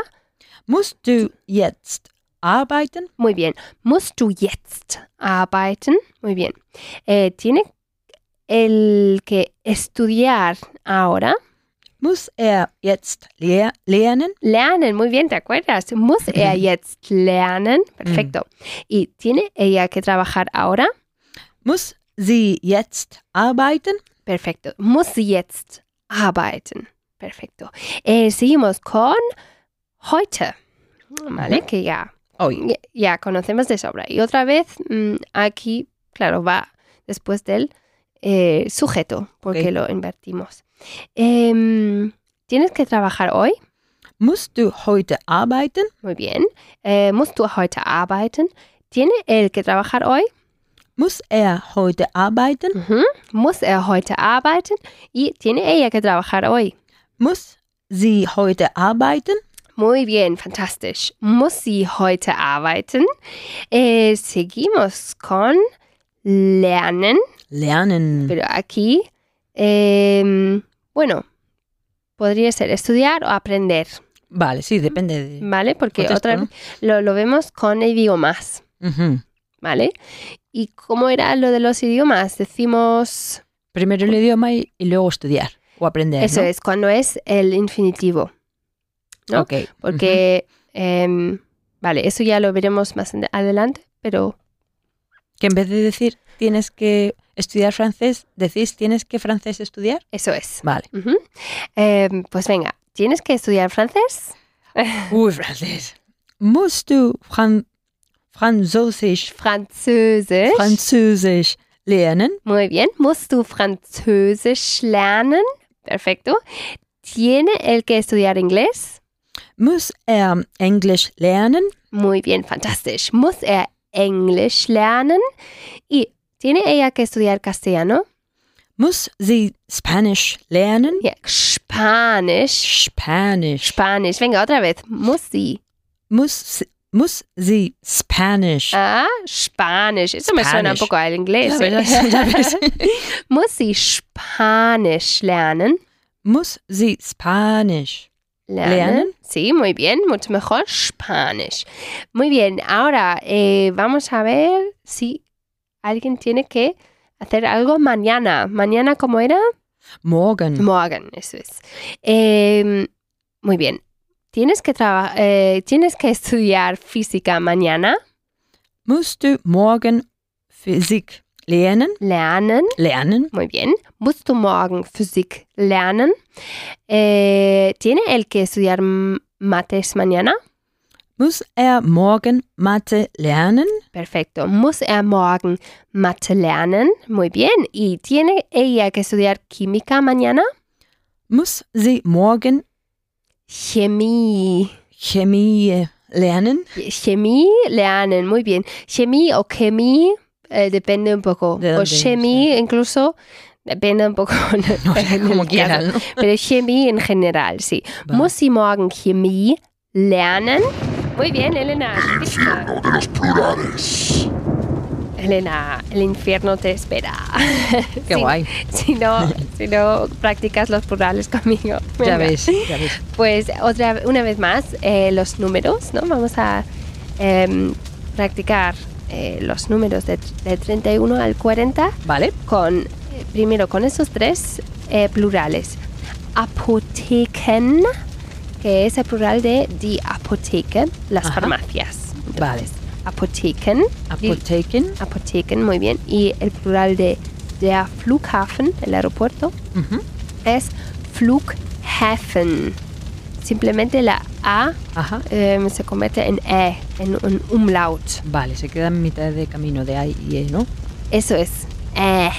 C: Musst du jetzt arbeiten?
A: Muy bien. Musst du jetzt arbeiten? Muy bien. Eh, tiene el que estudiar ahora.
C: Muss er jetzt lehr lernen?
A: Lernen, muy bien, ¿te acuerdas? Muss er jetzt lernen? Perfecto. ¿Y tiene ella que trabajar ahora?
C: Muss sie jetzt arbeiten?
A: Perfecto. Muss sie jetzt arbeiten? Perfecto. Eh, seguimos con heute. Vale, que ya
C: Hoy.
A: Ya, ya conocemos de sobra. Y otra vez, mm, aquí, claro, va después del eh, sujeto, porque
C: Ok.
A: lo invertimos. Em, ¿Tienes que trabajar hoy?
C: Musst du heute arbeiten?
A: Muy bien. Eh, ¿Musst du heute arbeiten? ¿Tiene él que trabajar hoy?
C: Muss er heute arbeiten?
A: Ujú. ¿Muss er heute arbeiten? ¿Y tiene ella que trabajar hoy?
C: Muss sie heute arbeiten?
A: Muy bien, fantastisch. ¿Muss sie heute arbeiten? Eh, seguimos con lernen.
C: Lernen.
A: Pero aquí, em, bueno, podría ser estudiar o aprender,
C: Vale, sí, depende de.
A: ¿vale? Porque
C: Contexto,
A: otra
C: ¿no?
A: lo, lo vemos con idiomas,
C: Ujú.
A: ¿vale? ¿Y cómo era lo de los idiomas? Decimos,
C: Primero el idioma y, y luego estudiar o aprender.
A: eso
C: ¿no?
A: es, cuando es el infinitivo. ¿no?
C: Ok.
A: Porque, em, vale, eso ya lo veremos más en- adelante, pero
C: Ujú. Que en vez de decir tienes que estudiar francés, decís tienes que francés estudiar.
A: eso es.
C: Vale.
A: Ujú. Em, pues venga, ¿tienes que estudiar francés?
C: Uy, francés. Musst du Fran Französisch, ¿eh?
A: Französisch.
C: Französisch lernen?
A: Muy bien. ¿Musst du Französisch lernen? Perfecto. ¿Tiene el que estudiar inglés?
C: Muss er Englisch lernen?
A: Muy bien, fantástico. ¿Muss er Englisch lernen? ¿Y tiene ella que estudiar castellano?
C: Muss sie Spanisch lernen?
A: Ja, Spanisch.
C: Spanisch.
A: Spanisch. Venga, otra vez. ¿Muss sie?
C: Muss, sie- muss sie Spanisch?
A: Ah, Spanisch. Eso me suena un
C: Spanisch.
A: poco al inglés.
C: Ya
A: ¿eh?
C: ves, ya ves.
A: ¿Muss sie Spanisch lernen?
C: Muss sie Spanisch?
A: Lernen.
C: Lernen.
A: Sí, muy bien, mucho mejor Spanish. Muy bien, ahora eh, vamos a ver si alguien tiene que hacer algo mañana. Mañana, ¿cómo era?
C: Morgen.
A: Morgen, eso es. Eh, Em, muy bien. ¿Tienes que, traba- eh, ¿Tienes que estudiar física mañana?
C: Musst du morgen Physik lernen?
A: Lernen.
C: Lernen?
A: Muy bien. Musst du morgen Physik lernen? Eh, ¿Tiene él que estudiar m- mates mañana?
C: Muss er morgen Mathe lernen?
A: Perfecto. Muss er morgen Mathe lernen? Muy bien. ¿Y tiene ella que estudiar química mañana?
C: Muss sie morgen
A: Chemie.
C: Chemie lernen?
A: Chemie lernen. Muy bien. Chemie o chemie eh, depende un poco.
C: De
A: o
C: dónde,
A: chemie incluso depende un poco.
C: No sé,
A: en el
C: como
A: caso.
C: quieran, ¿no?
A: Pero chemie en general, sí.
C: Vale.
A: Muss sie morgen Chemie lernen? Muy bien, Elena. Pista.
D: de los plurales.
A: Elena, el infierno te espera.
C: Qué
A: Si-
C: guay.
A: Si no, si no practicas los plurales conmigo. Venga.
C: Ya ves, ya ves.
A: Pues otra, una vez más, eh, los números, ¿no? Vamos a em, practicar eh, los números de, de 31 al 40
C: Vale.
A: con, eh, primero con esos tres eh, plurales. Apotheken, que es el plural de die Apotheke, las
C: Ajá.
A: farmacias.
C: Vale.
A: Apotheken, die-
C: Apotheken.
A: Apotheken, muy bien. Y el plural de der Flughafen, el aeropuerto,
C: Ujú.
A: es Flughafen. Simplemente la A
C: Ajá.
A: em, se convierte en E, en un umlaut.
C: Vale, se queda en mitad de camino de A y E, ¿no?
A: Eso es E.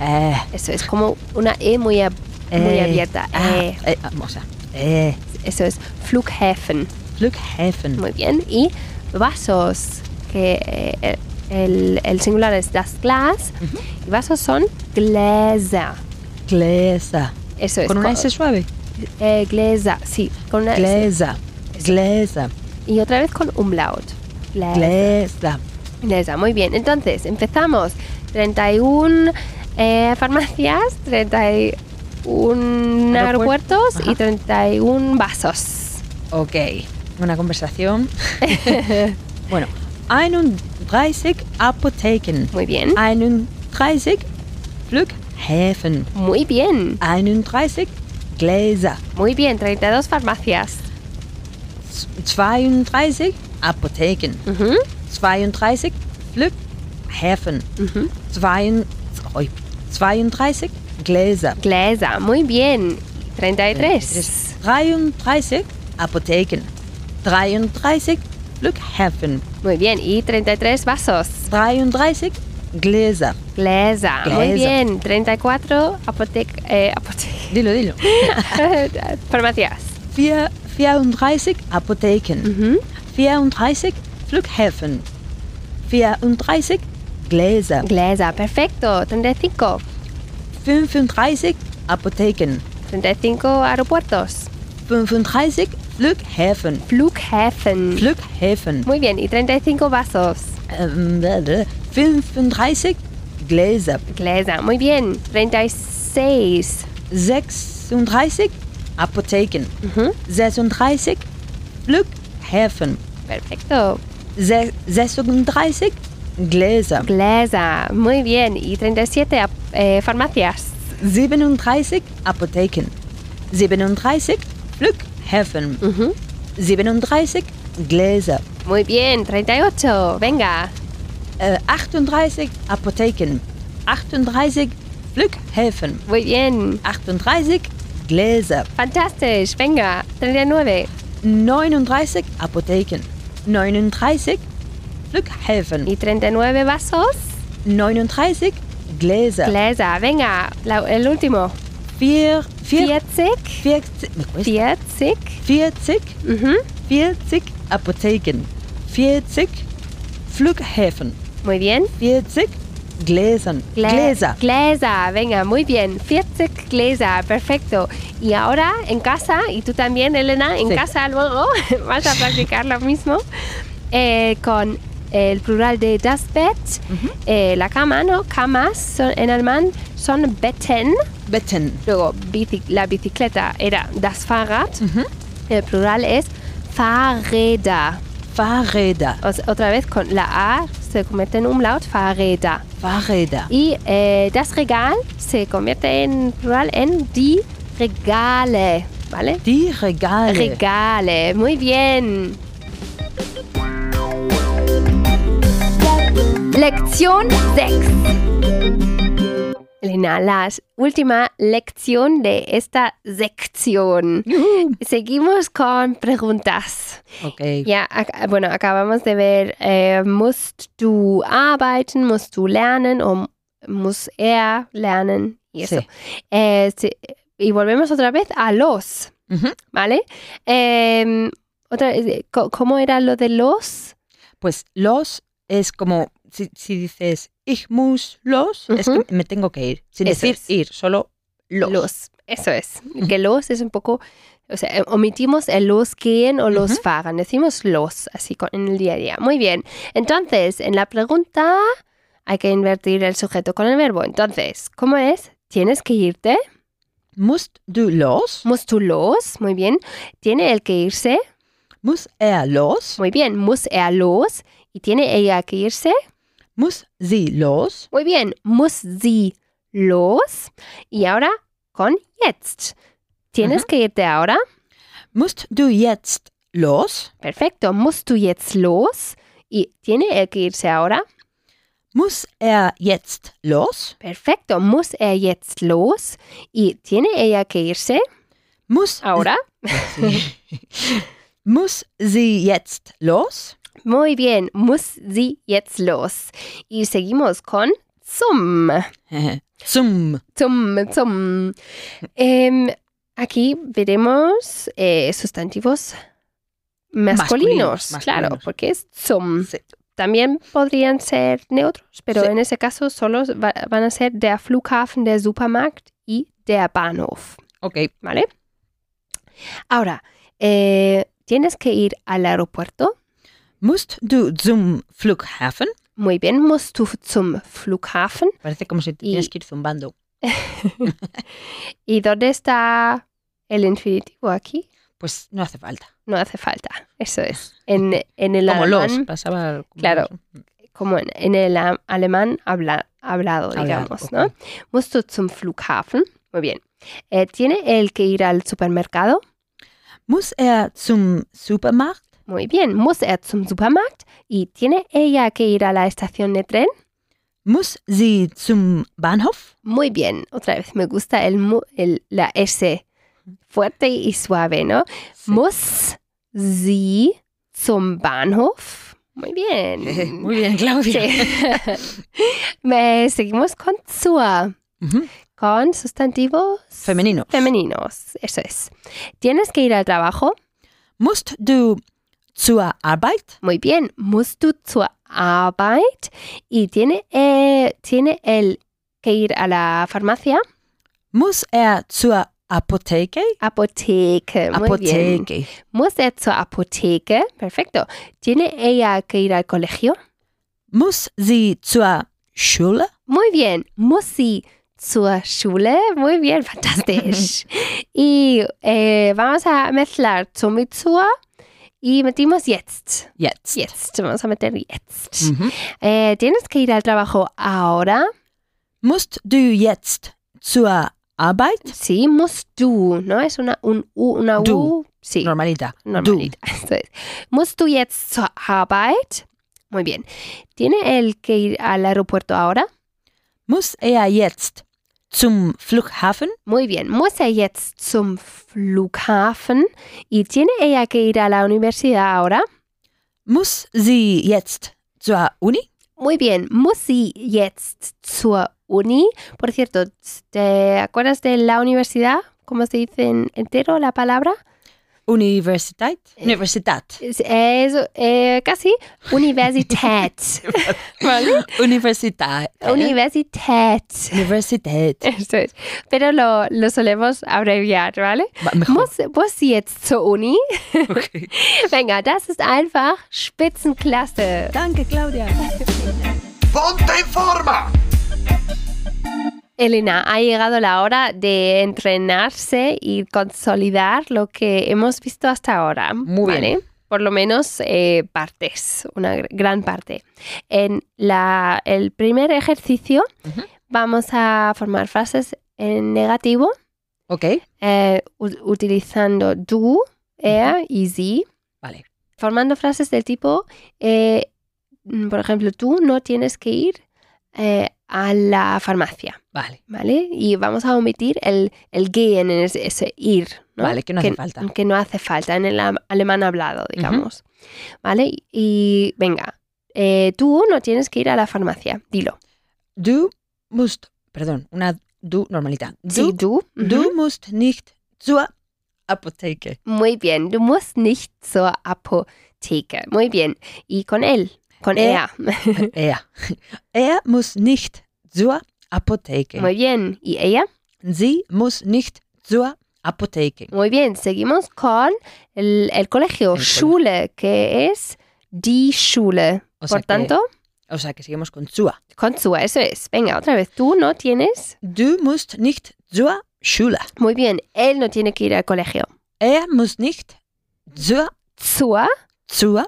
C: Eh,
A: Eso es como una E muy, ab- muy
C: eh,
A: abierta.
C: ah,
A: E.
C: eh, ah, o sea, eh,
A: Eso es Flughafen.
C: Flughafen.
A: Muy bien. Y vasos, que eh, el, el singular es das Glas. Y vasos son Gläser.
C: Glesa.
A: Eso es.
C: Con una
A: co-
C: S suave.
A: Eh, Gläser, sí. Con una S.
C: Glesa. Glesa.
A: Y otra vez con umlaut. Glä-
C: Glesa.
A: Glesa, muy bien. Entonces, empezamos. 31 eh, farmacias, 31
C: Aeropuerto.
A: aeropuertos
C: Ajá.
A: y 31 vasos.
C: Ok. Una conversación. bueno. 31 Apotheken.
A: Muy bien.
C: Ah. 31 Flughäfen.
A: Muy bien.
C: 31 Gläser.
A: Muy bien. 32 farmacias.
C: 32 Apotheken.
A: Ujú,
C: 32 Flughäfen.
A: ujú.
C: 32, ay, 32 Gläser.
A: Glesa, muy bien. 33.
C: 33 Äh, Apotheken. 33 Flughäfen.
A: Muy bien. Y 33 vasos.
C: 33 Gläser.
A: Glesa, muy
C: Glesa.
A: bien. 34 apotec- eh, apote-
C: Dilo, dilo.
A: farmacias.
C: Vier- 34 Apotheken.
A: Ujú.
C: 34 Flughäfen. 34 Gläser.
A: Glesa, perfecto. 35.
C: 35 Apotheken.
A: 35 aeropuertos.
C: 35 Flughäfen.
A: Flughafen.
C: Flughäfen.
A: Muy bien, y 35 vasos.
C: Ähm, bla, bla. 35 Gläser.
A: Glesa, muy bien. 36.
C: 36 Apotheken.
A: Ujú,
C: 36 Flughäfen.
A: Perfecto.
C: Se- 36 Gläser.
A: Glesa, muy bien. Y 37 ap- eh, farmacias.
C: 37 Apotheken. 37 Flughäfen.
A: Ujú,
C: 37 Gläser.
A: Muy bien, 38. Venga.
C: Äh, 38 Apotheken. 38 Flughäfen.
A: Muy bien.
C: 38 Gläser.
A: Fantástico. Venga. 39.
C: 39 Apotheken. 39 Flughäfen.
A: Y 39 vasos.
C: 39 Gläser.
A: Glesa, venga. La- el último.
C: 4, 4,
A: 40.
C: 40, me cuesta.
A: 40.
C: 40,
A: ujú.
C: 40 Apotheken. 40 Flughäfen.
A: Muy bien.
C: 40 Gläsern.
A: Gle-
C: Gläser.
A: Gläser, venga, muy bien. 40 Gläser, perfecto. Y ahora en casa, y tú también, Elena, en
C: Sí.
A: casa luego vas a practicar lo mismo eh, con el plural de das Bett, eh, la cama, ¿no? Camas son- en alemán son Betten,
C: Betten.
A: luego bici- la bicicleta era das Fahrrad,
C: Ujú.
A: el plural es Fahrräder.
C: Fahrräder.
A: O- otra vez con la A se convierte en umlaut, Fahrräder.
C: Fahrräder.
A: Y eh, das Regal se convierte en plural en die Regale. ¿vale?
C: Ti regale.
A: Regale, muy bien.
E: Lección 6.
A: Elena, la última lección de esta sección.
C: Yujú.
A: Seguimos con preguntas.
C: Ok.
A: Ja, ac- bueno, acabamos de ver, eh, musst du arbeiten, musst du lernen o muss er lernen y eso.
C: Sí.
A: Eh, sí, y volvemos otra vez a los,
C: Ujú.
A: ¿vale? Em, otra, vez, co- ¿Cómo era lo de los?
C: Pues los es como si, si dices ich muss los, es
A: Ujú.
C: que me tengo que ir. Sin
A: Eso
C: decir
A: es.
C: ir, solo los.
A: Eso es. Que los es un poco, o sea, eh, omitimos el los gehen o los
C: Ujú.
A: fahren. Decimos los, así con- en el día a día. Muy bien. Entonces, en la pregunta hay que invertir el sujeto con el verbo. Entonces, ¿cómo es? Tienes que irte.
C: Musst du los?
A: Musst du los. Muy bien. Tiene el que irse.
C: Muss er los?
A: Muy bien. Muss er los. Y tiene ella que irse.
C: Muss sie los?
A: Muy bien. Muss sie los. Y ahora con jetzt. Tienes que irte ahora.
C: Musst du jetzt los?
A: Perfecto, musst du jetzt los? Y tiene él que irse ahora.
C: Muss er jetzt los?
A: Perfecto, muss er jetzt los? Y tiene ella que irse
C: Muss
A: ahora.
C: Muss sie jetzt los?
A: Muy bien, muss sie jetzt los? Y seguimos con zum. Mm.
C: Zum.
A: Zum, zum. Em, aquí veremos eh, sustantivos masculinos,
C: Masculinos,
A: claro,
C: masculinos.
A: porque es zum.
C: Sí.
A: También podrían ser neutros, pero
C: Sí.
A: en ese caso solo va- van a ser der Flughafen, der Supermarkt y der Bahnhof,
C: Ok.
A: ¿vale? Ahora, eh, tienes que ir al aeropuerto.
C: Musst du zum Flughafen?
A: Muy bien, musst du zum Flughafen.
C: Parece como si te
A: Y-
C: tienes que ir zumbando.
A: ¿Y dónde está el infinitivo aquí?
C: Pues no hace falta.
A: No hace falta, eso es. En, en el
C: Como
A: alemán,
C: los. Pasaba como
A: Claro.
C: los.
A: como en, en el am- alemán habla, hablado,
C: Hablado,
A: digamos,
C: ok.
A: ¿no? Musst du zum Flughafen. Muy bien. Eh, ¿Tiene el que ir al supermercado?
C: Muss er zum Supermarkt?
A: Muy bien. Muss er zum Supermarkt? ¿Y tiene ella que ir a la estación de tren?
C: Muss sie zum Bahnhof?
A: Muy bien. Otra vez me gusta el, mu- el- la S fuerte y suave, ¿no? Muss sie zum Bahnhof? Muy bien.
C: Muy bien, Claudia.
A: Sí. Me- seguimos con zur,
C: Ujú.
A: con sustantivos
C: Femeninos.
A: femeninos. Eso es. Tienes que ir al trabajo.
C: Musst du zur Arbeit?
A: Muy bien. Musst du zur Arbeit? Y tiene, eh, tiene el que ir a la farmacia.
C: Muss er zur Apotheke?
A: Apotheke. Muy bien.
C: Apotheke.
A: Muss er zur Apotheke. Perfecto. Tiene ella que ir al colegio.
C: Muss sie zur Schule?
A: Muy bien. Muss sie zur Schule? Muy bien, fantastisch. y eh, vamos a mezclar zum y zur. Y metimos jetzt.
C: Jetzt.
A: Jetzt. Vamos a meter jetzt.
C: Mhm.
A: Eh, ¿Tienes que ir al trabajo ahora?
C: Musst du jetzt zur Arbeit?
A: Sí, musst du, ¿no? Es una, un, U, una U.
C: Du.
A: Sí,
C: Normalita.
A: normalita. Eso es. Musst du jetzt zur Arbeit? Muy bien. ¿Tiene él que ir al aeropuerto ahora?
C: Du. Muss er jetzt zum Flughafen?
A: Muy bien, muss er jetzt zum Flughafen? ¿Y tiene ella que ir a la universidad ahora?
C: Muss sie jetzt zur Uni?
A: Muy bien, muss sie jetzt zur Uni? Por cierto, ¿te acuerdas de la universidad? ¿Cómo se dice en- entero la palabra?
C: Universität? Universität.
A: Es, es- eh, casi Universität. ¿Vale?
C: Universität.
A: Universität.
C: Universität.
A: ¿Eh? Eso es. Pero lo, lo solemos abreviar, ¿vale?
C: Ma- Mejor.
A: Muss, muss sie jetzt zur Uni?
C: Okay.
A: Venga, das ist einfach Spitzenklasse.
C: Danke, Claudia.
B: ¡Ponte en forma!
A: Elena, ha llegado la hora de entrenarse y consolidar lo que hemos visto hasta ahora.
C: Muy bien.
A: Por lo menos eh, partes, una gr- gran parte. En la- el primer ejercicio
C: Ujú.
A: vamos a formar frases en negativo
C: Ok,
A: eh, u- utilizando du, er y sie,
C: vale.
A: formando frases del tipo, eh, mm, por ejemplo, tú no tienes que ir eh, a la farmacia,
C: Vale,
A: ¿vale? Y vamos a omitir el, el gehen, en ese, ese ir, ¿no?
C: vale, que no hace falta.
A: Que no hace falta en el am- alemán hablado, digamos. ¿Vale? Y, y venga, eh, tú no tienes que ir a la farmacia, dilo.
C: Du musst, perdón, una du normalidad. Du,
A: Sí, tú. Ujú.
C: du musst nicht zur Apotheke.
A: Muy bien, du musst nicht zur Apotheke. Muy bien. Y con él, con
C: Er.
A: er.
C: Er. Er muss nicht zur Apotheke.
A: Muy bien. Y ella,
C: Sie muss nicht zur Apotheke.
A: muy bien. Seguimos con el, el colegio,
C: El cole-
A: Schule, que es die Schule.
C: O sea
A: Por
C: que-
A: tanto,
C: O sea que seguimos con zur.
A: con su, eso es. Venga, otra vez, tú no tienes.
C: Du musst nicht zur Schule.
A: Muy bien, él no tiene que ir al colegio.
C: Er muss nicht zur,
A: Zur,
C: zur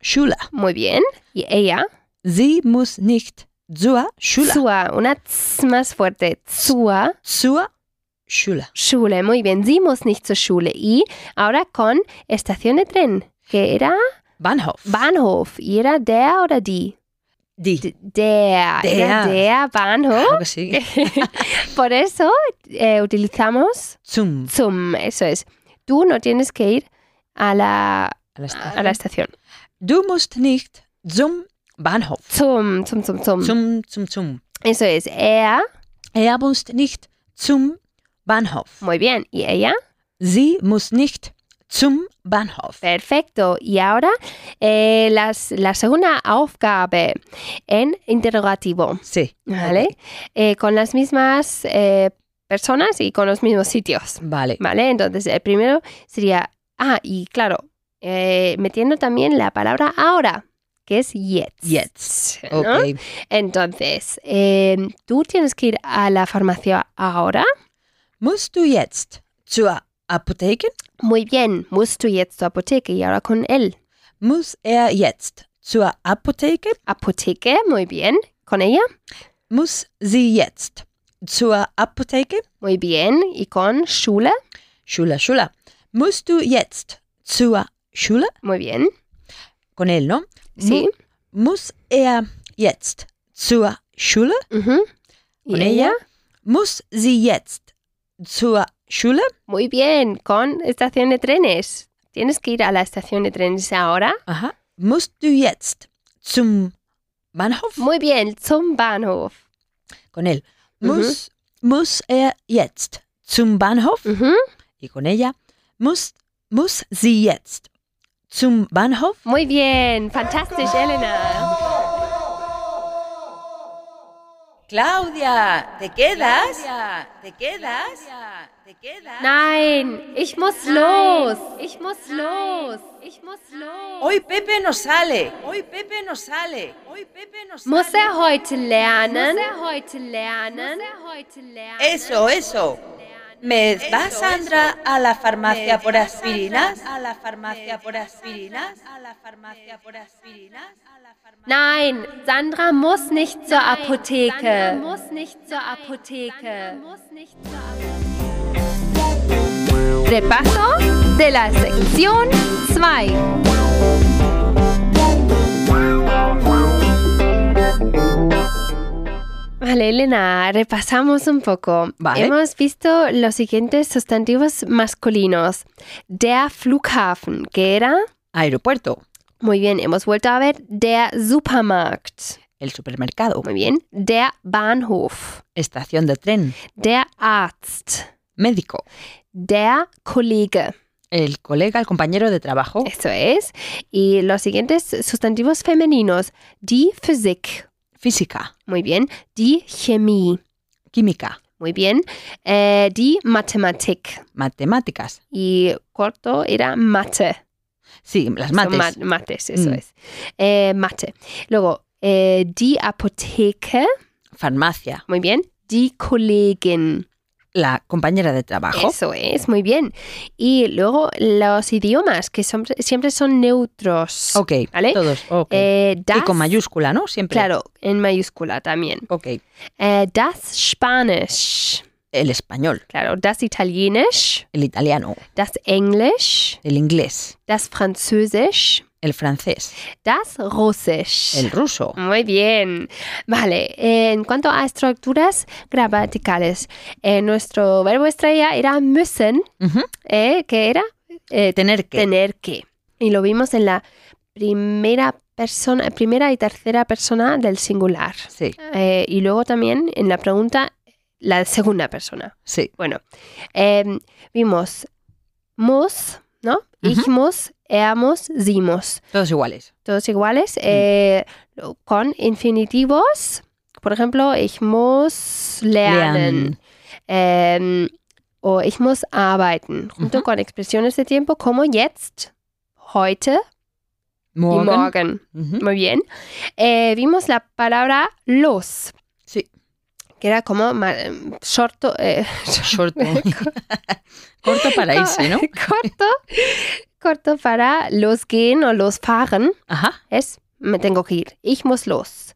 C: Schule.
A: muy bien. Y ella,
C: Sie muss nicht zur Schule.
A: zur, una tz más fuerte. Zur
C: zur Schule.
A: Schule, muy bien. Sie muss nicht zur Schule. Y ahora con estación de tren, que era
C: Bahnhof.
A: Bahnhof. ¿Y era der oder die?
C: Die.
A: D- Der. Era der Bahnhof.
C: Claro que sí.
A: Por eso eh, utilizamos
C: Zum.
A: zum. Eso es. Tú no tienes que ir a la,
C: A la
A: a
C: estación.
A: la estación.
C: Du musst nicht zum Bahnhof.
A: Zum, zum, zum, zum.
C: Zum, zum, zum.
A: Eso es. Er.
C: Er muss nicht zum Bahnhof.
A: Muy bien. ¿Y ella?
C: Sie muss nicht zum Bahnhof.
A: Perfecto. Y ahora eh, las- la segunda Aufgabe en interrogativo.
C: Sí.
A: ¿Vale? Eh, con las mismas eh, personas y con los mismos sitios.
C: Vale.
A: ¿Vale? Entonces, el primero sería, ah, y claro, eh, metiendo también la palabra ahora, que es jetzt.
C: Jetzt.
A: ¿no?
C: Okay.
A: Entonces, eh, tú tienes que ir a la farmacia ahora.
C: Musst du jetzt zur Apotheke?
A: Muy bien, musst du jetzt zur Apotheke y ahora con él.
C: Muss er jetzt zur Apotheke?
A: Apotheke, muy bien. Con ella,
C: Muss sie jetzt zur Apotheke?
A: muy bien. Y con Schule,
C: Schule, Schule. Musst du jetzt zur Schule?
A: muy bien.
C: Con él, ¿no?
A: Sí.
C: Mu- Muss er jetzt zur Schule?
A: ujú. Y
C: Con ella. Muss sie jetzt zur Schule?
A: Muy bien, con estación de trenes. Tienes que ir a la estación de trenes ahora.
C: Aha. Musst du jetzt zum Bahnhof?
A: Muy bien, zum Bahnhof.
C: con él.
A: Ujú.
C: Muss, muss er jetzt zum Bahnhof?
A: Ujú,
C: Y con ella. Muss, muss sie jetzt zum Bahnhof?
A: Muy bien, fantástico, Elena.
C: Claudia, ¿te quedas? ¿Te quedas? ¿Te quedas?
A: Nein, ich muss los. Ich muss los. Ich muss los.
C: Hoy Pepe no sale. Hoy Pepe no sale. Hoy Pepe no sale.
A: Muss er heute lernen? Muss er heute lernen? Muss er heute lernen?
C: Eso, eso. ¿Me vas, Sandra, a la farmacia por aspirinas? A la farmacia por aspirinas. A la farmacia por aspirinas.
A: Nein, Sandra muss nicht zur Apotheke. Sandra muss nicht zur Apotheke.
E: Repaso de la sección 2.
A: Vale, Elena, repasamos un poco.
C: Vale.
A: Hemos visto los siguientes sustantivos masculinos. Der Flughafen, que era...
C: Aeropuerto.
A: Muy bien, hemos vuelto a ver der Supermarkt.
C: El supermercado.
A: Muy bien. Der Bahnhof.
C: Estación de tren.
A: Der Arzt.
C: Médico.
A: Der Kollege.
C: El colega, el compañero de trabajo.
A: Eso es. Y los siguientes sustantivos femeninos. Die Physik.
C: Física.
A: Muy bien. Die Chemie.
C: Química.
A: Muy bien. Eh, die Mathematik.
C: Matemáticas.
A: Y corto era Mathe.
C: Sí, las
A: Son
C: mates.
A: ma- mates, eso
C: Mm.
A: es. Eh, mate. Luego, eh, die Apotheke.
C: Farmacia.
A: Muy bien. Die Kollegin.
C: La compañera de trabajo.
A: Eso es, muy bien. Y luego los idiomas, que son- siempre son neutros.
C: Ok.
A: ¿Vale?
C: Todos. Ok.
A: Eh, das,
C: y con mayúscula, ¿no? Siempre.
A: Claro, en mayúscula también.
C: Ok.
A: Eh, das Spanisch.
F: el español,
A: Claro, das Italienisch,
F: el italiano,
A: das Englisch,
F: el inglés,
A: das Französisch,
F: el francés,
A: das Russisch.
F: el ruso.
A: Muy bien. Vale, eh, en cuanto a estructuras gramaticales, eh, nuestro verbo estrella era müssen,
F: Ujú.
A: eh, que era eh,
F: Tener que.
A: tener que. Y lo vimos en la primera persona, primera y tercera persona del singular.
F: Sí,
A: Eh, y luego también en la pregunta, la segunda persona.
F: sí.
A: Bueno, eh, vimos muss, ¿no?
F: Ujú.
A: Ich muss, er muss, sie muss.
F: Todos iguales.
A: Todos iguales. eh, con infinitivos, por ejemplo, ich muss lernen.
F: Lernen.
A: Ähm, o ich muss arbeiten. Junto
F: Ujú.
A: con expresiones de tiempo como jetzt, heute
F: Morgen.
A: y morgen.
F: Ujú.
A: Muy bien. Eh, vimos la palabra los,
F: Sí.
A: que era como ma- shorto, eh,
F: Corto. Corto para irse, ¿no?
A: corto, corto para los gehen o los fahren.
F: Ajá.
A: Es me tengo que ir. Ich muss los.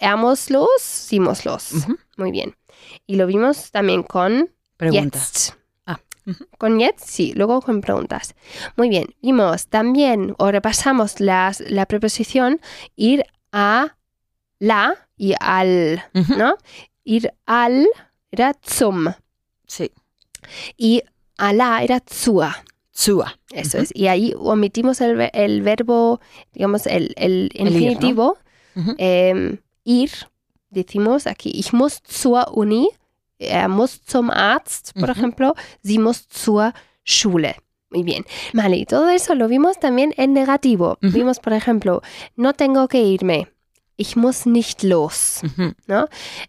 A: Er muss los, sie muss los.
F: Ujú.
A: Muy bien. Y lo vimos también con
F: Pregunta.
A: Jetzt.
F: Ah, ujú.
A: Con jetzt sí, luego con preguntas. Muy bien, vimos también o repasamos las, la preposición ir a la y al,
F: Ujú.
A: ¿no? Ir al era zum
F: Sí.
A: y a la era zur.
F: Zua.
A: Eso
F: Ujú.
A: es. Y ahí omitimos el, ver- el verbo, digamos, el, el
F: ¿no?
A: infinitivo
F: Ujú.
A: em, ir. Decimos aquí, ich muss zur Uni, er muss zum Arzt, por
F: Ujú.
A: ejemplo, sie muss zur Schule. Muy bien. Vale, y todo eso lo vimos también en negativo.
F: Ujú.
A: Vimos, por ejemplo, no tengo que irme. Ich muss nicht los.
F: Ujú.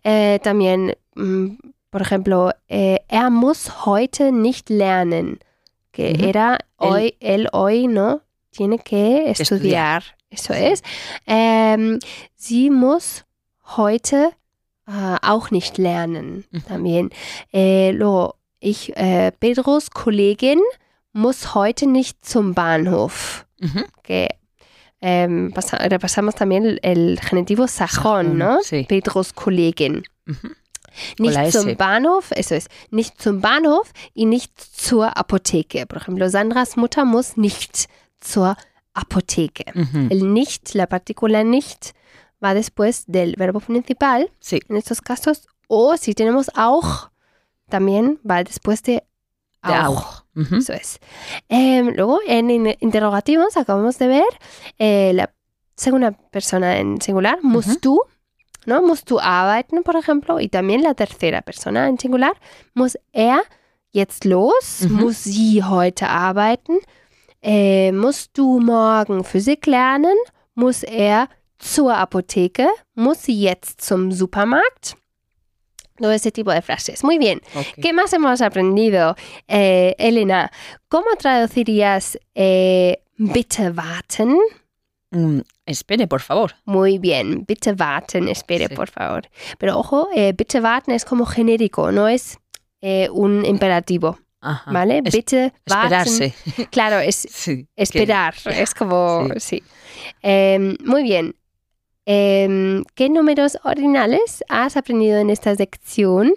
A: Eh, también, mm, por ejemplo, eh, er muss heute nicht lernen. Que
F: Ujú.
A: era
F: Él-
A: hoy, él hoy no tiene que estudiar. Eso
F: Sí.
A: es. Ähm, sie muss heute äh, auch nicht lernen.
F: Mhm.
A: También. Eh, luego, ich, äh, Pedros Kollegin muss heute nicht zum Bahnhof.
F: Ujú.
A: Que ähm, pasa- repasamos también el, el genitivo sajón,
F: Sajón,
A: ¿no?
F: sí.
A: Pedros Kollegin.
F: Ujú. Con la
A: Nicht
F: S.
A: zum Bahnhof, eso es, nicht zum Bahnhof y nicht zur Apotheke. Por ejemplo, Sandras Mutter muss nicht zur Apotheke.
F: Ujú.
A: El nicht, la partícula nicht, va después del verbo principal
F: Sí.
A: en estos casos. O si tenemos auch, también va después de auch.
F: De auch. Ujú.
A: Eso es. Em, luego, en in- interrogativos, acabamos de ver eh, la segunda persona en singular, musst
F: Ujú.
A: du, ¿no? Musst du arbeiten, por ejemplo, y también la tercera persona en singular, muss er jetzt los,
F: Ujú.
A: muss sie heute arbeiten, eh, musst du morgen Physik lernen, muss er zur Apotheke, muss sie jetzt zum Supermarkt. Todo ese tipo de frases. Muy bien.
F: Ok.
A: ¿Qué más hemos aprendido, eh, Elena? ¿Cómo traducirías eh, bitte warten?
F: Mm, espere, por favor.
A: Muy bien, bitte warten, espere,
F: Sí.
A: por favor. Pero ojo, eh, bitte warten es como genérico, no es eh, un imperativo,
F: Ajá.
A: ¿vale?
F: Ah, Es-
A: bitte warten.
F: esperarse.
A: Claro, es
F: Sí. que-
A: esperar, es como, sí. Em, muy bien. Em, ¿Qué números ordinales has aprendido en esta sección?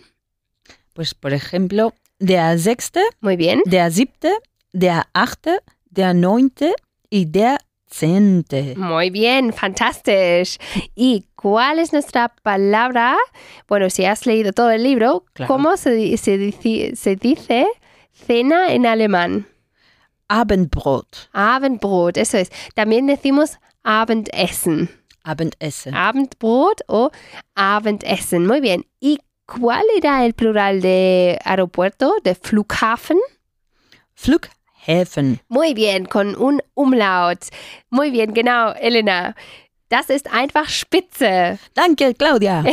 F: Pues, por ejemplo, der sechste,
A: Muy bien.
F: der siebte, der achte, der neunte y der zehnte.
A: Muy bien, fantástisch. ¿Y cuál es nuestra palabra? Bueno, si has leído todo el libro,
F: Claro.
A: ¿cómo se, di- se dici- se dice cena en alemán?
F: Abendbrot,
A: Abendbrot, eso es. También decimos Abendessen.
F: Abendessen.
A: Ah. Abendbrot o Abendessen. Muy bien. ¿Y cuál era el plural de aeropuerto, de Flughafen?
F: Flughäfen.
A: Muy bien, con un Umlaut. Muy bien, genau, Elena. Das ist einfach spitze.
F: Danke, Claudia.